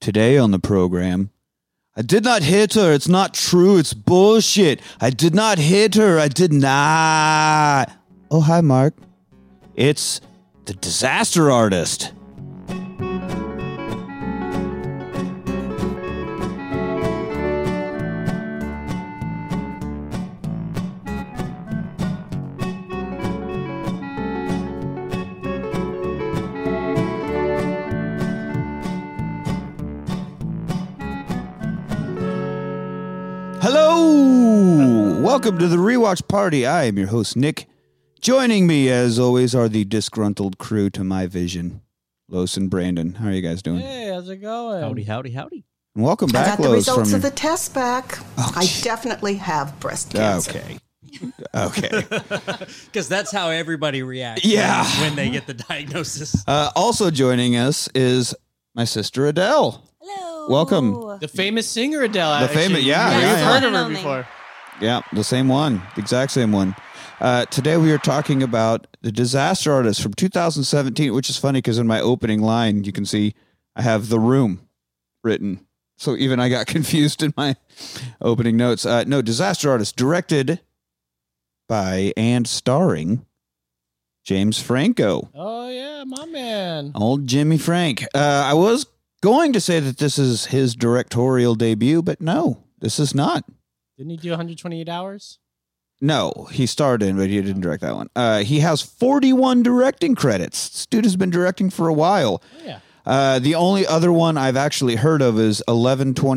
Today on the program, I did not hit her. It's not true. It's bullshit. I did not hit her. I did not. Oh, hi, Mark. It's the disaster artist. Hello! Welcome to the Rewatch Party. I am your host, Nick. Joining me, as always, are the disgruntled crew to my vision, Los and Brandon. How are you guys doing? Hey, how's it going? Howdy, howdy, howdy. And welcome I back, got the Los. From results of your- the test back. Oh, I gee. definitely have breast cancer. okay. okay. Because that's how everybody reacts. Yeah. When they get the diagnosis. Uh, also joining us is my sister, Adele. Hello. Welcome. The famous singer Adele. The famous- actually. yeah, We've yeah, yeah. heard One of and her only. before. Yeah, the same one, the exact same one. Uh, today we are talking about the disaster artist from 2017, which is funny because in my opening line you can see I have the room written, so even I got confused in my opening notes. Uh, no, disaster artist directed by and starring James Franco. Oh yeah, my man. Old Jimmy Frank. Uh, I was going to say that this is his directorial debut, but no, this is not. Didn't he do 128 hours? No, he starred in, but he didn't direct that one. Uh, he has 41 directing credits. This dude has been directing for a while. Oh, yeah. Uh, the only other one I've actually heard of is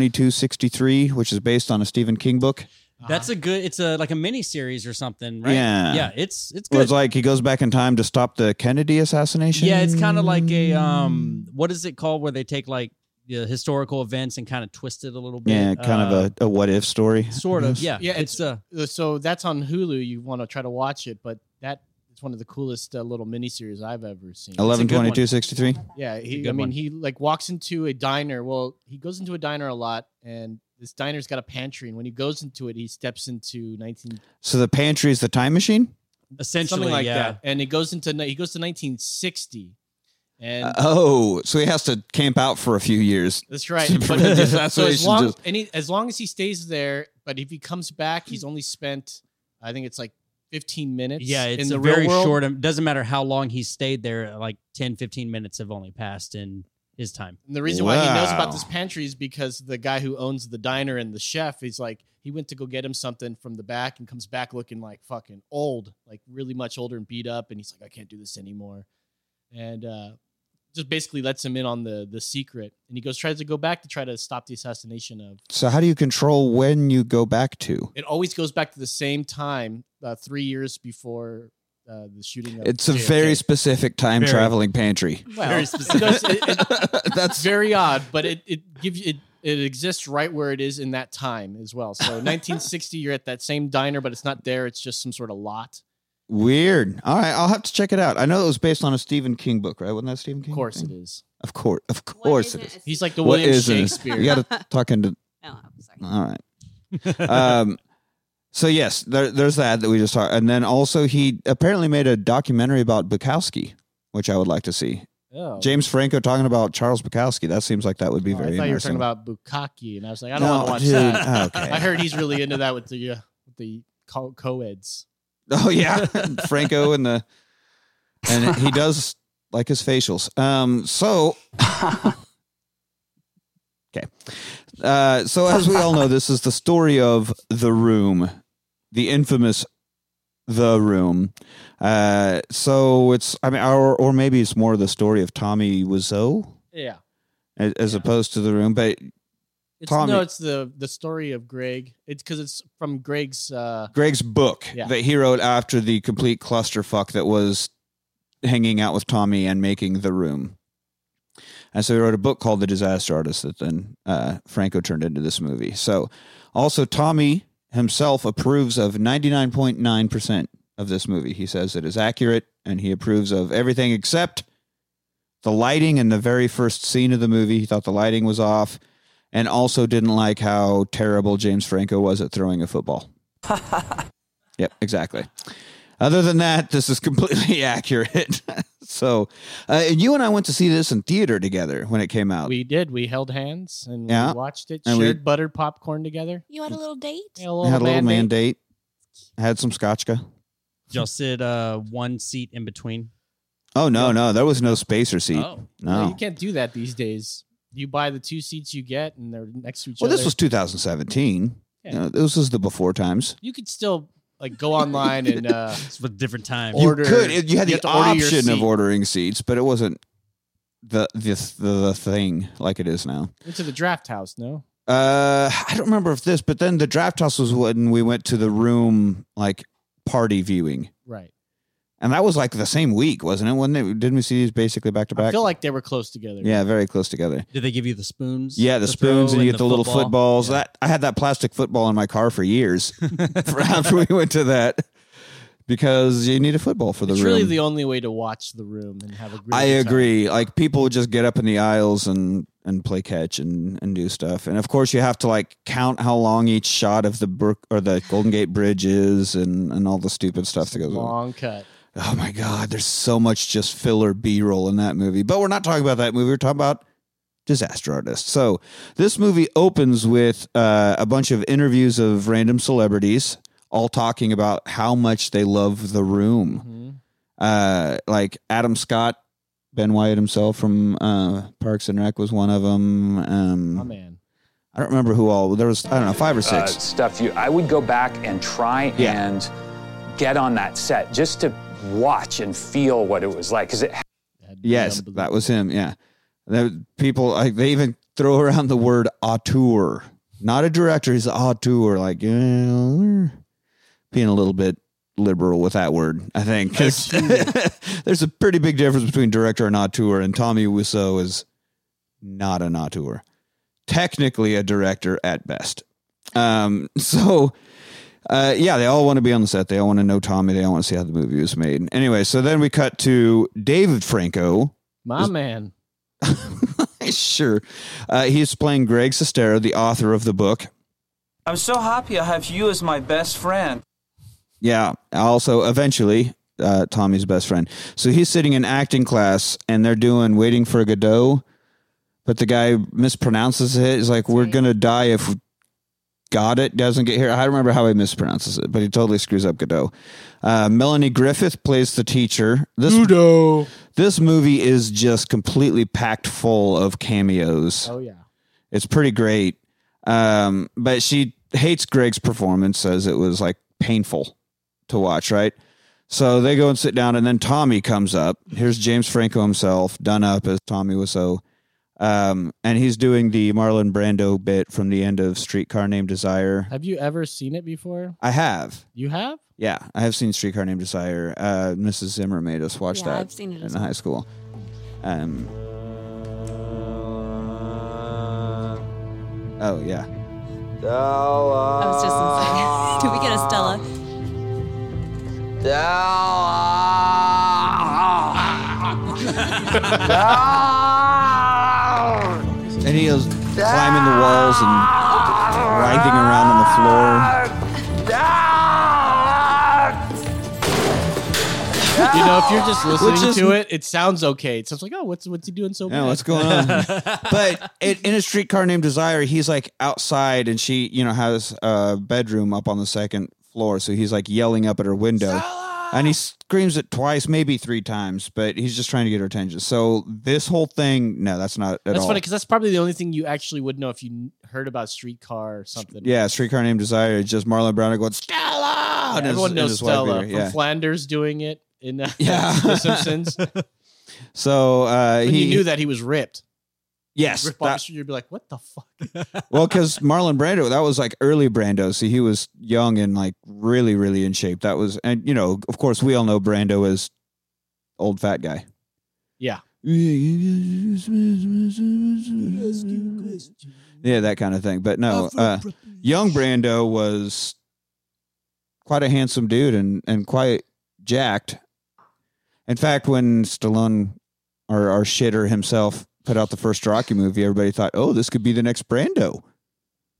112263, which is based on a Stephen King book. That's a good it's a like a mini series or something, right? Yeah. Yeah, it's it's Where good. it's like he goes back in time to stop the Kennedy assassination. yeah, it's kind of like a um what is it called where they take like the historical events and kind of twist it a little bit. yeah, kind Uh, of a, a what if story. sort I of, guess. yeah. Yeah, it's, uh So that's on Hulu. You want to try to watch it, but that it's one of the coolest uh, little miniseries I've ever seen. Eleven good one. twenty two sixty three. Yeah, a he, good I mean, one. he like walks into a diner. Well, he goes into a diner a lot, and this diner's got a pantry. And when he goes into it, he steps into 19 So the pantry is the time machine. essentially something like yeah. that, and he goes into ni- he goes to 1960, and oh, so he has to camp out for a few years. That's right. Super But religious so as aspirations long, just- and he, as long as he stays there, but if he comes back, he's only spent, I think it's like 15 minutes. Yeah, it's in the a very real world. short it doesn't matter how long he stayed there, like 10, 15 minutes have only passed in his time. And the reason why he knows Wow. about this pantry is because the guy who owns the diner and the chef, he's like, he went to go get him something from the back and comes back looking like fucking old, like really much older and beat up. And he's like, I can't do this anymore. And, uh, just basically lets him in on the the secret, and he goes tries to go back to try to stop the assassination of So how do you control when you go back to? it always goes back to the same time, uh, three years before uh, the shooting. Of It's a JFK. very specific time Very. traveling pantry. Well, very it specific. does- it- it- it's That's very odd, but it it gives you, it it exists right where it is in that time as well. So 1960, you're at that same diner, but it's not there. It's just some sort of lot. weird. All right, I'll have to check it out. I know it was based on a Stephen King book, right? Wasn't that a Stephen King? Of course, it thing? is. Of course, of course it is. He's like the What William is it? Shakespeare. You got to talk into. No, Oh, I'm sorry. All right. um, so yes, there, there's that that we just saw, and then also he apparently made a documentary about Bukowski, which I would like to see. Oh. James Franco talking about Charles Bukowski. That seems like that would be Oh, very. I thought you were interesting. talking about Bukaki, and I was like, I don't No, want to watch dude, oh, that. okay. I heard he's really into that with the uh, with the co- co-eds. Oh yeah, Franco and the and he does like his facials. Um, so okay, uh, so as we all know, this is the story of the room, the infamous the room. Uh, so it's I mean, or or maybe it's more the story of Tommy Wiseau Yeah. as, as opposed to the room, but It's, Tommy. No, it's the the story of Greg. It's because it's from Greg's. uh Greg's book Yeah. that he wrote after the complete clusterfuck that was hanging out with Tommy and making the room. And so he wrote a book called The Disaster Artist that then uh, Franco turned into this movie. So also Tommy himself approves of 99.9% of this movie. He says it is accurate and he approves of everything except the lighting in the very first scene of the movie. He thought the lighting was off and also didn't like how terrible James Franco was at throwing a football. Yep, exactly. Other than that, this is completely accurate. So, uh, and you and I went to see this in theater together when it came out. We did. We held hands and Yeah. we watched it, And we- shared buttered popcorn together. You had a little date? Had a little, had a little man man date. date. Had some scotchka. Y'all sit uh, one seat in between. Oh no, no, there was no spacer seat. Oh, No, No. you can't do that these days. You buy the two seats you get, and they're next to each Well, other. this was 2017. Yeah. You know, this was the before times. you could still like go online and uh, it's a different time. Or- Order- you could. it- You had you the have to order your option of seat. ordering seats, but it wasn't the the the, the thing like it is now. went to the draft house. No, Uh, I don't remember if this, but then the draft house was when we went to the room like party viewing, right. and that was like the same week, wasn't it? Wasn't it? Didn't we see these basically back to I back? feel like they were close together. Yeah, very close together. Did they give you the spoons? Yeah, the to spoons, throw and you get the, little footballs. Yeah. That I had that plastic football in my car for years. for after we went to that, because you need a football for the it's room. really the only way to watch the room and have a. Really I good time. agree. Like people would just get up in the aisles and and play catch and and do stuff. And of course, you have to like count how long each shot of the brook or the Golden Gate Bridge is, and and all the stupid stuff that goes on. Long cut. Oh my God, there's so much just filler B roll in that movie. But we're not talking about that movie. We're talking about disaster artists. So this movie opens with uh, a bunch of interviews of random celebrities all talking about how much they love the room Mhm. uh, like Adam Scott, Ben Wyatt himself from uh, Parks and Rec was one of them. My Um, man. I don't remember who all. There was I don't know five or uh, six. stuff you i would go back and try Yeah. and get on that set just to watch and feel what it was like because it That'd be yes, unbelievable. that was him. Yeah, There- people like they even throw around the word auteur, not a director. He's an auteur. Like you know, we're being a little bit liberal with that word, I think, 'cause there's a pretty big difference between director and auteur. And Tommy Wiseau is not an auteur, technically a director at best. Um, so. Uh, yeah, they all want to be on the set. They all want to know Tommy. They all want to see how the movie was made. Anyway, so then we cut to David Franco. my man. sure. Uh, he's playing Greg Sestero, the author of the book. I'm so happy I have you as my best friend. Yeah. Also, eventually, uh, Tommy's best friend. So he's sitting in acting class and they're doing Waiting for Godot, but the guy mispronounces it. He's like, We're going to die if Got It doesn't get here. I don't remember how he mispronounces it, but he totally screws up Godot. Uh, Melanie Griffith plays the teacher. This, this movie is just completely packed full of cameos. Oh yeah. It's pretty great. Um, but she hates Greg's performance, says it was like painful to watch, right? So they go and sit down, and then Tommy comes up. Here's James Franco himself, done up as Tommy Wiseau. Um, and he's doing the Marlon Brando bit from the end of Streetcar Named Desire. Have you ever seen it before? I have. You have. Yeah, I have seen Streetcar Named Desire. Uh, Mrs. Zimmer made us watch Yeah, that I've seen it in as high school. Um, oh, yeah. I was just insane. Did we get a Stella? Ah! And he was climbing the walls and writhing around on the floor. You know, if you're just Which listening is- to it, it sounds okay. It sounds like, oh, what's what's he doing so Yeah, bad? what's going on? but in, in a streetcar named Desire, he's like outside, and she, you know, has a bedroom up on the second floor, so he's like yelling up at her window, and he screams it twice, maybe three times, but he's just trying to get her attention. So this whole thing, no, that's not at That's all. funny because that's probably the only thing you actually would know if you kn- heard about Streetcar or something. yeah, streetcar named Desire is just Marlon Brando going Stella. Yeah, and his- everyone and knows his wife Stella beater. from Yeah. Flanders doing it in uh, Yeah. The Simpsons. So uh, When he you knew that he was ripped. Yes, Rip that- off, you'd be like, what the fuck? well, because Marlon Brando, that was like early Brando. So he was young and like really, really in shape. That was, and you know, of course, we all know Brando as old fat guy. Yeah. Yeah, that kind of thing. But no, uh, young Brando was quite a handsome dude and, and quite jacked. In fact, when Stallone or, or shitter himself put out the first Rocky movie, everybody thought, oh, this could be the next Brando.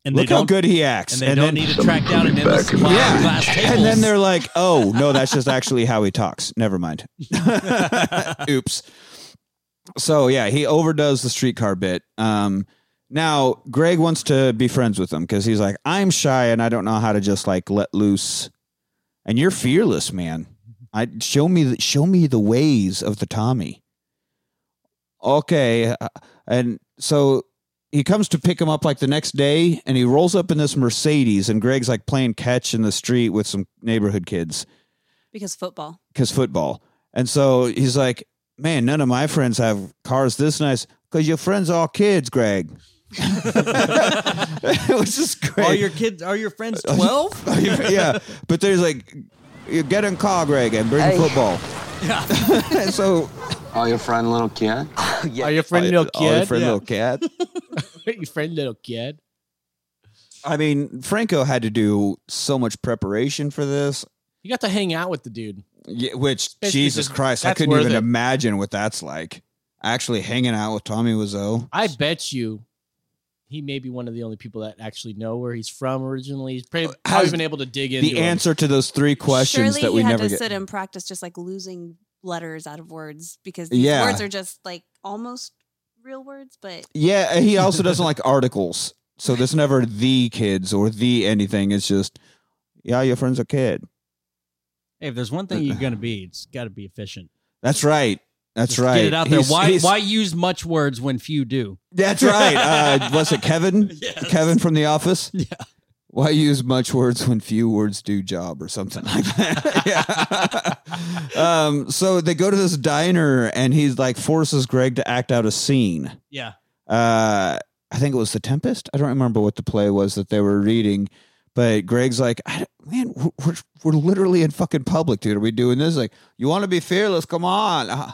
and Look they how don't good he acts. and they don't need to track down an endless supply of yeah, glass tables. and then they're like, "Oh no, that's just actually how he talks." Never mind. Oops. So yeah, he overdoes the streetcar bit. Um, now Greg wants to be friends with him because he's like, "I'm shy and I don't know how to just like let loose." And you're fearless, man. I show me the, show me the ways of the Tommy. Okay, uh, and so he comes to pick him up like the next day and he rolls up in this Mercedes and Greg's like playing catch in the street with some neighborhood kids because football. because football. And so he's like, man, none of my friends have cars this nice because your friends are all kids, Greg. it was just great. are your kids are your friends twelve? yeah. But there's like, you get in car, Greg, and bring football. Yeah. and so, Are your friend little kid? Are you a friend little Oh, your kid? friend Yeah. little cat. Are you a friend little kid? I mean, Franco had to do so much preparation for this. You got to hang out with the dude. Yeah, which basically Jesus just- Christ, I that's couldn't worth even it. imagine what that's like. Actually, hanging out with Tommy Wiseau. I bet you he may be one of the only people that actually know where he's from originally. He's probably, probably Has- been able to dig into The him. answer to those three questions Surely that we you had never to get. sit and practice just like losing letters out of words because these Yeah. words are just like almost real words, but yeah, and he also doesn't like articles, so there's never the kids or the anything. It's just, yeah, your friend's a kid. Hey, if there's one thing you're gonna be, it's gotta be efficient. That's right. That's Just right. Get it out there. He's- why he's- why use much words when few do? That's right. Uh, was it Kevin? Yes. Kevin from The Office. Yeah. Why use much words when few words do job or something like that? yeah. um, so they go to this diner and he's like forces Greg to act out a scene. Yeah. Uh, I think it was The Tempest. I don't remember what the play was that they were reading, but Greg's like, I, don't- man, we're, we're we're literally in fucking public, dude. Are we doing this? Like, you want to be fearless? Come on. Uh,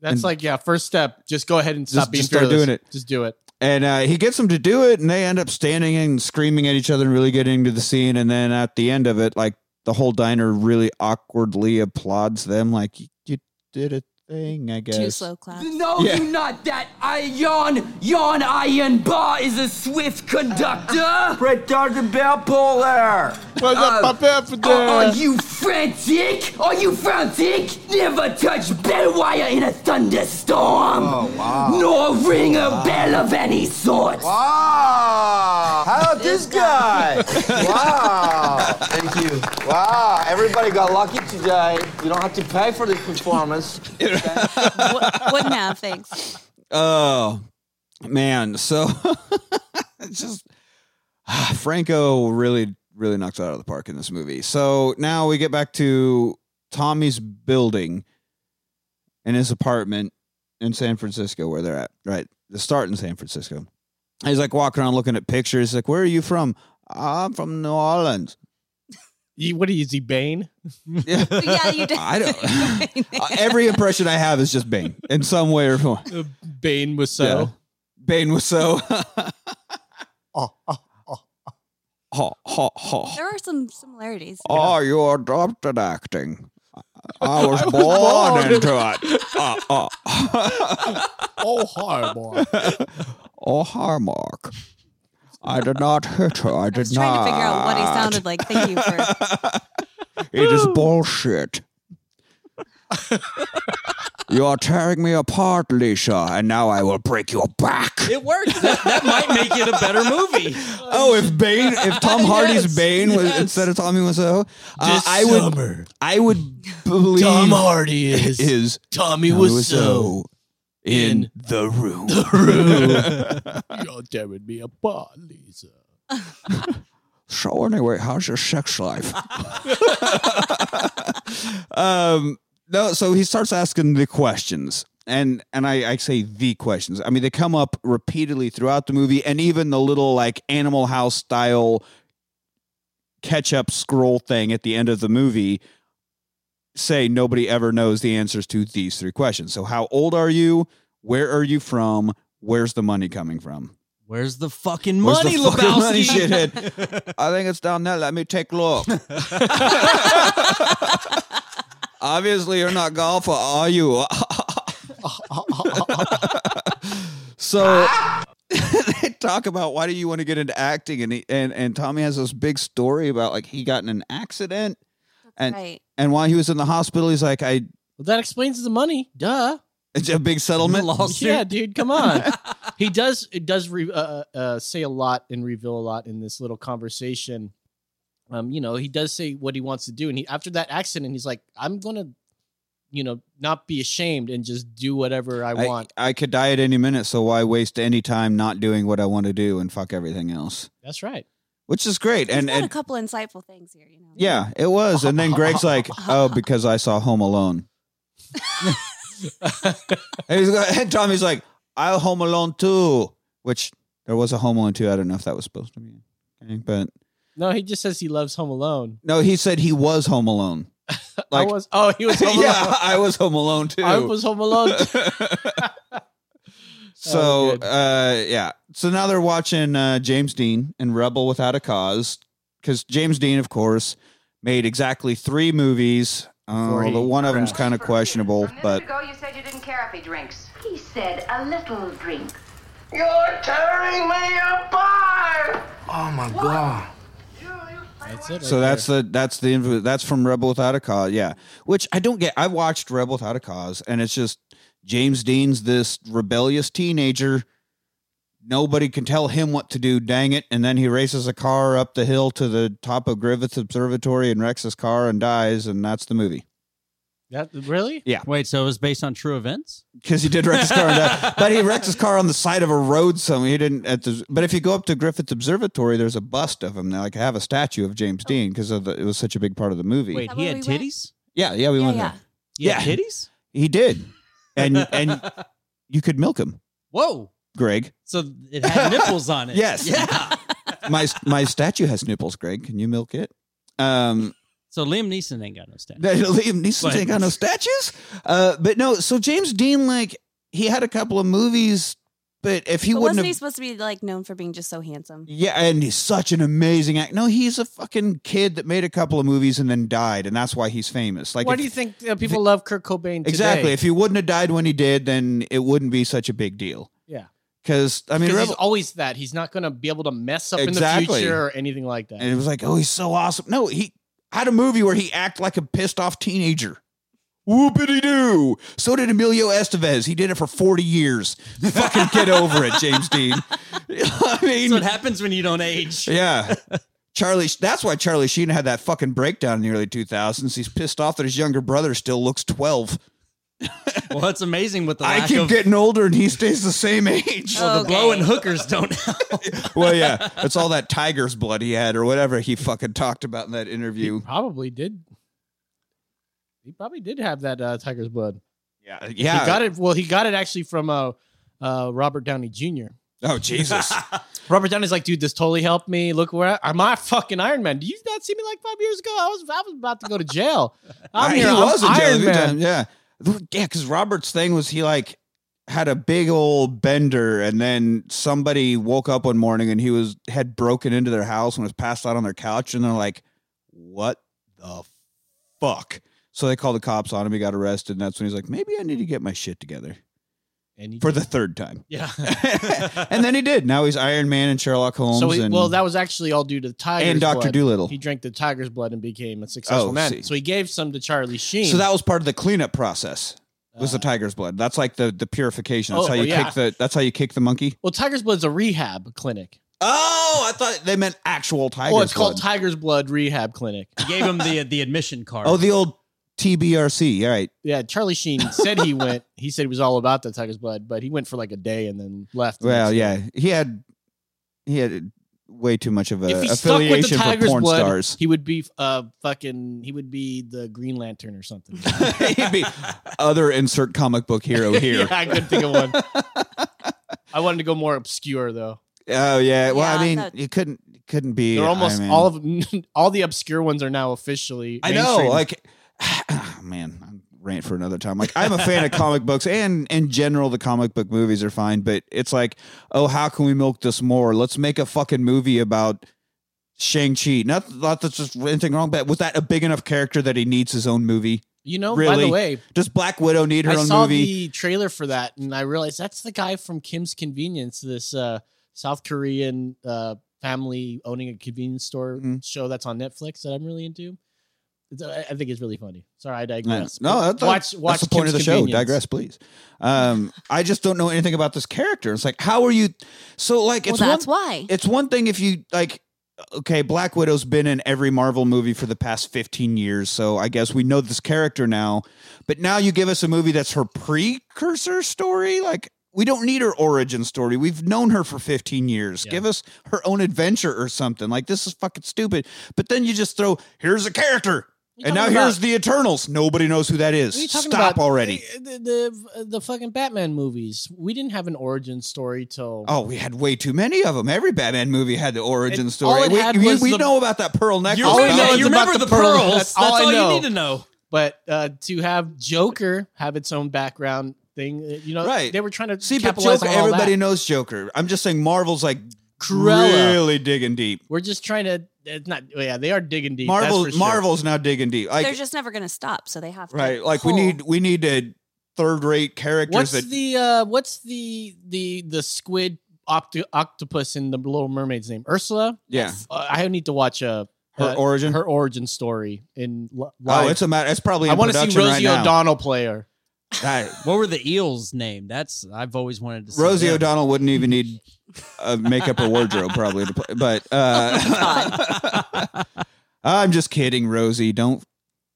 That's and- like, yeah, first step. Just go ahead and Just- stop being just start fearless. doing it. Just do it. and uh, he gets them to do it, and they end up standing and screaming at each other and really getting into the scene. And then at the end of it, like the whole diner really awkwardly applauds them, like you, you did a thing, I guess. too slow class. No, Yeah. you not that. I yawn. Yawn iron bar is a swift conductor. Retarded bell puller. What's up, Oh. Uh, up there for Are, are that? you frantic? Are you frantic? Never touch bell wire in a thunderstorm. Oh, Nor ring a bell of any sort. Wow! Ah! How about this guy? wow! Thank you. Wow! Everybody got lucky today. You don't have to pay for this performance. Wou- Wouldn't have, thanks. Oh man, so it's just ah, Franco really really knocks it out of the park in this movie. So now we get back to Tommy's building in his apartment in San Francisco where they're at. Right. They start in San Francisco. He's like walking around looking at pictures. He's like, Where are you from? I'm from New Orleans. You- what is he, Bane? Yeah. yeah, you did. I don't every impression I have is just Bane in some way or form. Uh, Bane was so. Yeah. Bane was so Ah, Oh, oh, oh. ha ha ha. There are some similarities. Oh, you are dropped at acting. I was born into it. Oh, oh, Oh, hi, boy. oh, hi, Mark. I did not hit her. I I was did trying not. to figure out what he sounded like. Thank you for. It is bullshit. you are tearing me apart, Leisha, and now I will break your back. It works. That, that might make it a better movie. Oh, if Bane, if Tom Hardy's Yes, Bane was yes. instead of Tommy Wiseau, uh, I would, I would believe Hardy is, is Tommy Wiseau in the room. You're tearing me apart, Lisa. So anyway, how's your sex life? um, no, so he starts asking the questions, and and I, I say the questions. I mean, they come up repeatedly throughout the movie, and even the little like Animal House style catch up scroll thing at the end of the movie say nobody ever knows the answers to these three questions. So, how old are you? Where are you from? Where's the money coming from? Where's the fucking Where's money, the fucking Lebowski? money, shithead? I think it's down there. Let me take a look. Obviously, you're not golfer, are you? so talk about why do you want to get into acting, and he, and and Tommy has this big story about like he got in an accident, and right. and while he was in the hospital, he's like, I Well, that explains the money. Duh. it's a big settlement Lawsuit. Yeah, dude, come on. he does. It does re, uh, uh, say a lot and reveal a lot in this little conversation. Um, you know, he does say what he wants to do, and he after that accident, he's like, "I'm gonna, you know, not be ashamed and just do whatever I, want." I could die at any minute, so why waste any time not doing what I want to do and fuck everything else? That's right. Which is great. He's and got a and couple insightful things here, you know. yeah, it was. And then Greg's like, "Oh, because I saw Home Alone." and, he's like, and Tommy's like, "I'll Home Alone too," which there was a Home Alone too. I don't know if that was supposed to be, okay, but No, he just says he loves Home Alone. no, he said he was Home Alone. Like, I was. Oh, he was. Home yeah, Alone. I was Home Alone too. I was Home Alone. So good. uh yeah. So now they're watching uh James Dean and Rebel Without a Cause cuz James Dean of course made exactly 3 movies. Uh, Three. the one of them's kind of questionable, but ago, you said you didn't care if he drinks. He said a little drink. You're tearing me apart! Oh my god. that's it. so that's the that's the inv- that's from Rebel Without a Cause, yeah. Which I don't get. I watched Rebel Without a Cause and it's just James Dean's this rebellious teenager. Nobody can tell him what to do, dang it. And then he races a car up the hill to the top of Griffith Observatory and wrecks his car and dies and that's the movie. that. Really? Wait, so it was based on true events? because he did wreck his car, on that, but he wrecked his car on the side of a road somewhere. He didn't at the. But if you go up to Griffith Observatory, there's a bust of him. They like have a statue of James Dean because of the, it was such a big part of the movie. Wait, That he where had we went? titties? Yeah, yeah, we Yeah, went yeah. there. He had Yeah. titties? He did, and and you could milk him, Whoa. Greg. So it had nipples on it. Yes. Yeah. My my statue has nipples, Greg. Can you milk it? Um, So Liam Neeson ain't got no stand. That Liam Neeson But- ain't got no statues. Uh, but no, so James Dean, like, he had a couple of movies, but if he But wouldn't wasn't have, he supposed to be like known for being just so handsome? yeah, and he's such an amazing act. No, he's a fucking kid that made a couple of movies and then died, and that's why he's famous. Like, Why if- do you think uh, people love Kurt Cobain? Today? exactly? If he wouldn't have died when he did, then it wouldn't be such a big deal. Yeah. because I mean, Because Rebel- he's always that. He's not going to be able to mess up in the Exactly. future or anything like that. and it was like, oh, he's so awesome. No, he had a movie where he act like a pissed off teenager. Whoopity doo. So did Emilio Estevez. He did it for 40 years. Fucking get over it, James Dean. I mean, That's what happens when you don't age. yeah. Charlie, that's why Charlie Sheen had that fucking breakdown in the early 2000s. He's pissed off that his younger brother still looks 12. Well, that's amazing with the I lack keep of getting older and he stays the same age. Oh, the okay. blowing hookers don't Well, yeah, it's all that tiger's blood he had or whatever he fucking talked about in that interview. probably did. He probably did have that uh, tiger's blood. Yeah. Yeah. He got it. Well, he got it actually from uh, uh, Robert Downey Jr. Oh, Jesus. Robert Downey's like, dude, this totally helped me. Look where I, am I fucking Iron Man. Do you not see me like five years ago? I was I was about to go to jail. I'm Right, here. He I'm was in jail Iron a good Man. time, Yeah. Yeah, because Robert's thing was he like had a big old bender and then somebody woke up one morning and he was had broken into their house and was passed out on their couch and they're like, What the fuck? So they called the cops on him, he got arrested, and that's when he's like, Maybe I need to get my shit together And he, for the third time. yeah. and then he did. Now he's Iron Man and Sherlock Holmes So he, and well, that was actually all due to the tiger's and Doctor blood. Doolittle. He drank the tiger's blood and became a successful Oh, man. see. So he gave some to Charlie Sheen. So that was part of the cleanup process. Was Uh, the tiger's blood? That's like the the purification. That's Oh, how you well, yeah. kick the. That's how you kick the monkey. Well, Tiger's Blood's a rehab clinic. Oh, I thought they meant actual tiger's oh, it's called blood. Tiger's Blood Rehab Clinic. gave him the the admission card. oh, the old TBRC. All right. Yeah, Charlie Sheen said he went. He said he was all about the Tiger's Blood, but he went for like a day and then left. the Well, next yeah, day. he had he had way too much of a If he stuck with the affiliation for Tiger's porn Blood, stars. he would be uh fucking. He would be the Green Lantern or something. He'd be other insert comic book hero here. yeah, I couldn't think of one. I wanted to go more obscure though. Oh yeah. Well, I Yeah, mean, that- you couldn't couldn't be. They're almost Iron Man. all of all the obscure ones are now officially. I know, mainstream. like, ah, man, I'm rant for another time. Like, I'm a fan of comic books, and in general, the comic book movies are fine. But it's like, oh, how can we milk this more? Let's make a fucking movie about Shang Chi. Not, not that's just anything wrong, but was that a big enough character that he needs his own movie? you know. By really, the way, Does Black Widow need her I own saw movie? the trailer for that, and I realized that's the guy from Kim's Convenience. This uh, South Korean uh, family owning a convenience store Mm-hmm. show that's on Netflix that I'm really into. It's- uh, I I think it's really funny. Sorry, I digress. No, But that's, uh, watch, watch that's the point Kim's of the show. Convenience. Digress, please. Um, I just don't know anything about this character. It's like, how are you? So, like, Well, it's that's one, why. It's one thing if you like. Okay, Black Widow's been in every Marvel movie for the past 15 years, so I guess we know this character now. But now you give us a movie that's her precursor story. Like, we don't need her origin story. We've known her for 15 years. Give us her own adventure or something. Like, this is fucking stupid. But then you just throw, here's a character. And now talking here's about? the Eternals. Nobody knows who that is. What are you talking Stop about? already. The, the the fucking Batman movies. We didn't have an origin story till Oh, we had way too many of them. Every Batman movie had the origin And story. all it We, had we- was we the- know about that pearl necklace. All I but- know is you about remember the the pearls. pearls. That's, That's all that's I all know. you need to know. but uh, to have Joker have its own background thing, uh, you know, Right. They were trying to See, but capitalize Joker, on all everybody that. knows Joker. I'm just saying Marvel's like Cruella. really digging deep. We're just trying to. It's not. Yeah, they are digging deep. that's Marvel, for sure. Marvel's now digging deep. Like, They're just never going to stop, so they have to. right, like we pull. need we need a third rate characters What's that the uh, what's the the the squid octo- octopus in the Little Mermaid's name? Ursula. yeah. Uh, I need to watch a Her uh, origin? her origin story in. li- Oh, live. it's a matter. It's probably I in want to see production right Rosie now. O'Donnell play her. That- What were the eels' name? That's I've always wanted to. See Rosie that. O'Donnell wouldn't even need uh, makeup or wardrobe probably to play, but Oh uh, I'm just kidding, Rosie. Don't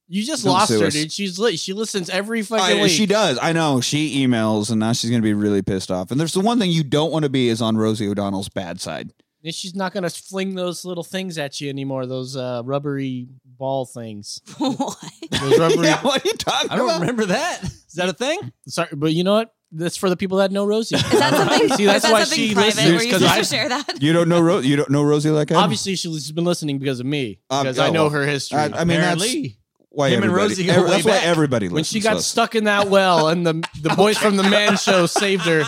You just Don't lost sue her, us. dude. She's li- she listens every fucking I, week. she does. I know she emails, and now she's gonna be really pissed off. And there's the one thing you don't want to be is on Rosie O'Donnell's bad side. And she's not gonna fling those little things at you anymore. Those uh, rubbery ball things. What? Those rubbery. Yeah, what are you talking I don't about? remember that. Is that a thing? Sorry, but you know what? That's for the people that know Rosie. Is that something? See, that's is that why something she private listens where you're 'cause supposed I- to share that? You don't know Ro- you don't know Rosie like that. Obviously, she's been listening because of me. Um, Because oh, I know well. her history. I, I mean that's Apparently. why Him and everybody- Rosie go every- way that's back. why everybody when she listens got to us. stuck in that well, and the the boys from the man show saved her.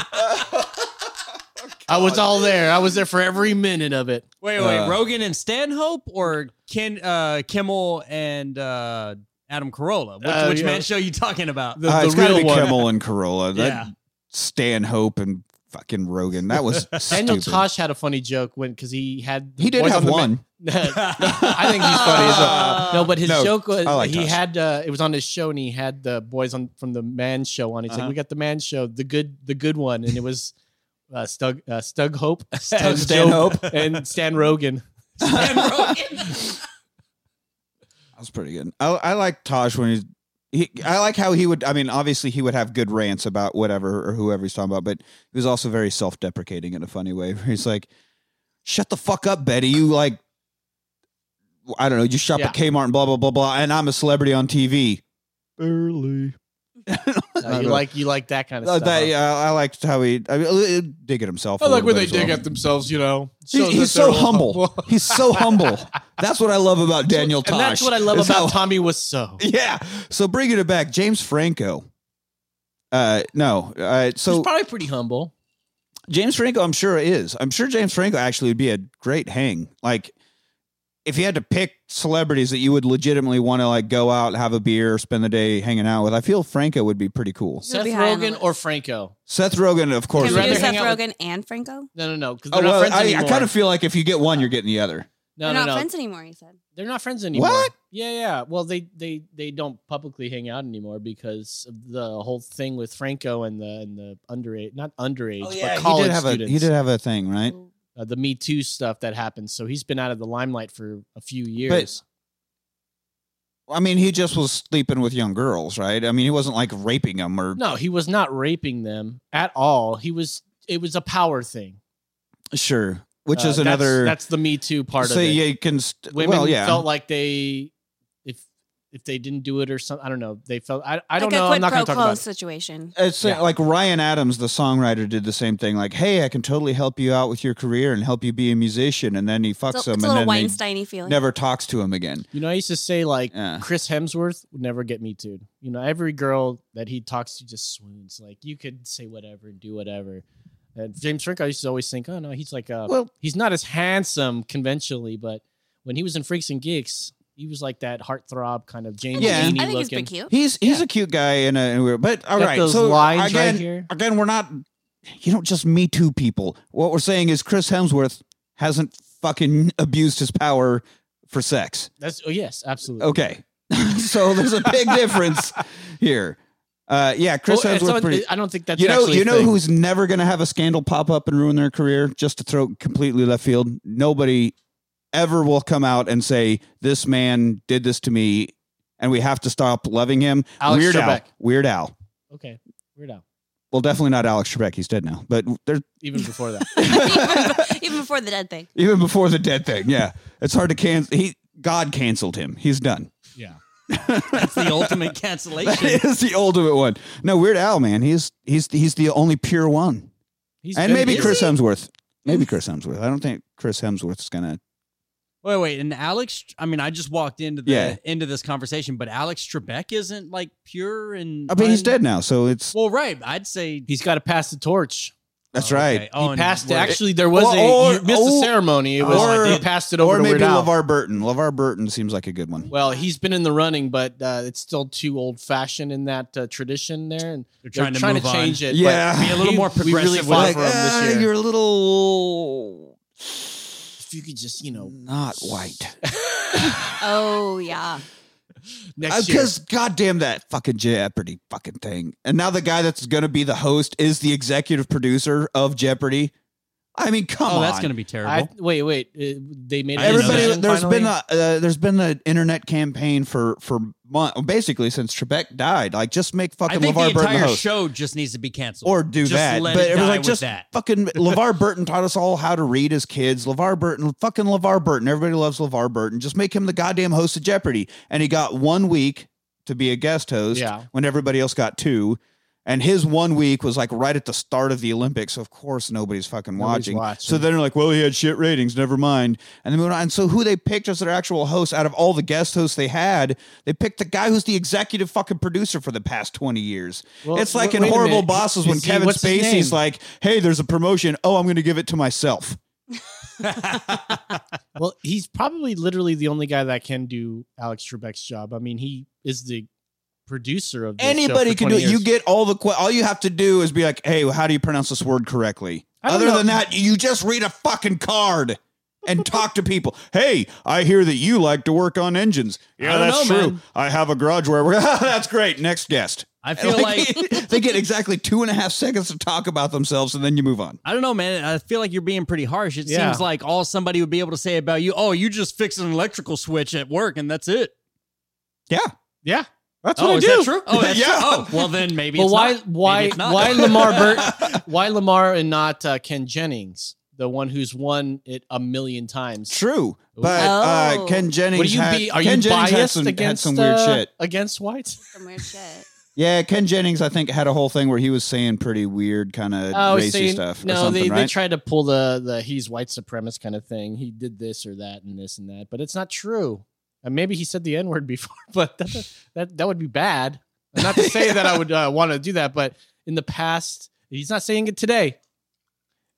I was all there. I was there for every minute of it. Wait, wait, Uh, Rogan and Stanhope or Ken uh, Kimmel and uh, Adam Carolla? Which, Uh, which yeah. man show you talking about? The, Uh, the it's gotta real be one. Kimmel and Corolla. That Yeah. Stanhope and fucking Rogan. That was Daniel stupid. Tosh had a funny joke when because he had He did boys have on the one. Ma- I think he's funny. as well. No, but his No, joke was I like he Tosh. had uh, it was on his show and he had the boys on from the Man Show on. He's Uh-huh. like, we got the Man Show, the good, the good one, and it was uh, Stug uh, Stug Hope, and Stan Joe- Hope. and Stan Rogan. That was pretty good. I, I like Taj when he's. He, I like how he would. I mean, obviously, he would have good rants about whatever or whoever he's talking about, but he was also very self-deprecating in a funny way. Where he's like, "Shut the fuck up, Betty. You like, I don't know. You shop at Kmart and blah blah blah blah, and I'm a celebrity on TV. Early. Uh, you like you like that kind of Uh, stuff. that, huh? yeah, I liked how he I mean, uh, dig at himself. a little bit as well. themselves, you know. He- he's so humble. he's so humble. That's what I love about Daniel Tosh. and that's what I love is about how Tommy was so. Yeah. So bringing it back, James Franco. Uh, no. Uh, he's so probably pretty humble. James Franco, I'm sure is. I'm sure James Franco actually would be a great hang. Like, if you had to pick celebrities that you would legitimately want to like go out, have a beer, spend the day hanging out with, I feel Franco would be pretty cool. Seth be high on the Rogen list. or Franco? Seth Rogen, of course. Can would rather we be- do Seth hang out with- Rogan and Franco? No, no, no. Because Oh, they're well, not friends I, I anymore. kind of feel like if you get one, you're getting the other. no, They're no, not no. friends anymore. You said. They're not friends anymore. What? Yeah, yeah. Well, they they they don't publicly hang out anymore because of the whole thing with Franco and the and the underage, not underage, Oh, but college he did have students. a he did have a thing, right? uh, the Me Too stuff that happened. So he's been out of the limelight for a few years. I mean, he just was sleeping with young girls, right? I mean, he wasn't like raping them or no, he was not raping them at all. He was. It was a power thing, sure, which Uh, is that's- another. That's, the Me Too part so of it. you can st- Women well, yeah. felt like they, if if they didn't do it or something, I don't know. They felt. I, I don't like know. a quid I'm not pro going to talk quo about. It. situation. it's uh, like Ryan Adams, the songwriter, did the same thing. Like, hey, I can totally help you out with your career and help you be a musician, and then he fucks It's a, him, it's a and then little they Weinsteiny feeling. never talks to him again. You know, I used to say like Yeah. Chris Hemsworth would never get me too. You know, every girl that he talks to just swoons. Like you could say whatever and do whatever. And James Franco, I used to always think, oh no, he's like a Well- he's not as handsome conventionally, but when he was in Freaks and Geeks, he was like that heartthrob kind of James Yeah. I Dean think he's looking. pretty cute. He's he's a cute guy, and a, and we're- but all Got right, those so lines right again, here. again, we're not you don't just Me Too people. What we're saying is Chris Hemsworth hasn't fucking abused his power for sex. That's oh yes, absolutely. Okay. so there's a big difference here. Uh, yeah, Chris Well, it's Hemsworth. on- pretty- Oh, I don't think that's you know. actually a You know thing. who's never going to have a scandal pop up and ruin their career just to throw completely left field. Nobody ever will come out and say this man did this to me, and we have to stop loving him. Alex Weird Trebek. Al. Weird Al. Okay, Weird Al. Well, definitely not Alex Trebek. He's dead now. But there, Even before that, Even before the dead thing. even before the dead thing, yeah, it's hard to cancel. He God canceled him. He's done. yeah. That's the ultimate cancellation. That is the ultimate one. No, Weird Al, man. He's he's he's the only pure one. He's and been- maybe Is Chris he? Hemsworth. Maybe Chris Hemsworth. I don't think Chris Hemsworth's gonna. Wait, wait, and Alex. I mean, I just walked into the Yeah. into this conversation, but Alex Trebek isn't like pure and. I mean, he's un- dead now, so it's Well, right. I'd say He's got to pass the torch. that's Oh, right. okay. Oh, he and passed. we're- Actually, there was Or- a you or- missed the or- ceremony. It was or- they passed it over or to maybe Weird Al. LeVar Burton. LeVar Burton seems like a good one. Well, he's been in the running, but uh, it's still too old fashioned in that uh, tradition there, and They're trying to move on. change it. Yeah. but Be a little we- more We really progressive with fought it. for him this "Ah, year. you're a little If you could just, you know, not white Oh yeah. next year. because Uh, goddamn that fucking Jeopardy fucking thing. And now the guy that's gonna be the host is the executive producer of Jeopardy. I mean, come oh, on, that's going to be terrible. I, wait, wait, uh, they made a I didn't know Everybody, decision that. there's finally? been a uh, there's been an internet campaign for for mon- basically since Trebek died. Like, just make I fucking think the LeVar Burton the entire host, show just needs to be canceled, or do just that. Let but it, was die like with just that. fucking LeVar Burton taught us all how to read as kids. LeVar Burton, fucking LeVar Burton. Everybody loves LeVar Burton. Just make him the goddamn host of Jeopardy. And he got one week to be a guest host Yeah. when everybody else got two. And his one week was like right at the start of the Olympics. So of course nobody's fucking Nobody's watching. watching. So then they're like, well, he had shit ratings. Never mind. And then we went on. And so who they picked as their actual host out of all the guest hosts they had, they picked the guy who's the executive fucking producer for the past 20 years. Well, it's like wait- in wait a Horrible minute. Bosses when Is he- Kevin what's his Spacey's name? like, hey, there's a promotion. Oh, I'm going to give it to myself. Well, he's probably literally the only guy that can do Alex Trebek's job. I mean, he is the producer of this show Anybody for can do it. 20 You years. get all the que- all you have to do is be like, "Hey, how do you pronounce this word correctly?" I don't Other know. than that, you just read a fucking card and talk to people. Hey, I hear that you like to work on engines. Yeah, don't that's know, true. man." I have a garage where I work. that's great. Next guest. I feel like they get exactly two and a half seconds to talk about themselves, and then you move on. I don't know, man. I feel like you're being pretty harsh. It Yeah. seems like all somebody would be able to say about you, oh, you just fixed an electrical switch at work and that's it. Yeah, yeah. that's oh, what I is do. that true? Oh, that's yeah. true. Oh, well then maybe. But it's why, not. Maybe why, it's not. why Lamar Burt, why Lamar and not uh, Ken Jennings, the one who's won it a million times? True, but uh, Oh. Ken Jennings. Would you had, be? Are Ken you Jennings biased had some, had against some weird uh, shit? against whites? Some weird shit. Yeah, Ken Jennings, I think, had a whole thing where he was saying pretty weird kind of Oh, Oh, I was racy saying- stuff. or No, something, they, right? they tried to pull the the he's white supremacist kind of thing. He did this or that and this and that, but it's not true. And maybe he said the n word before, but that, that that would be bad. Not to say that I would uh, want to do that, but in the past, he's not saying it today.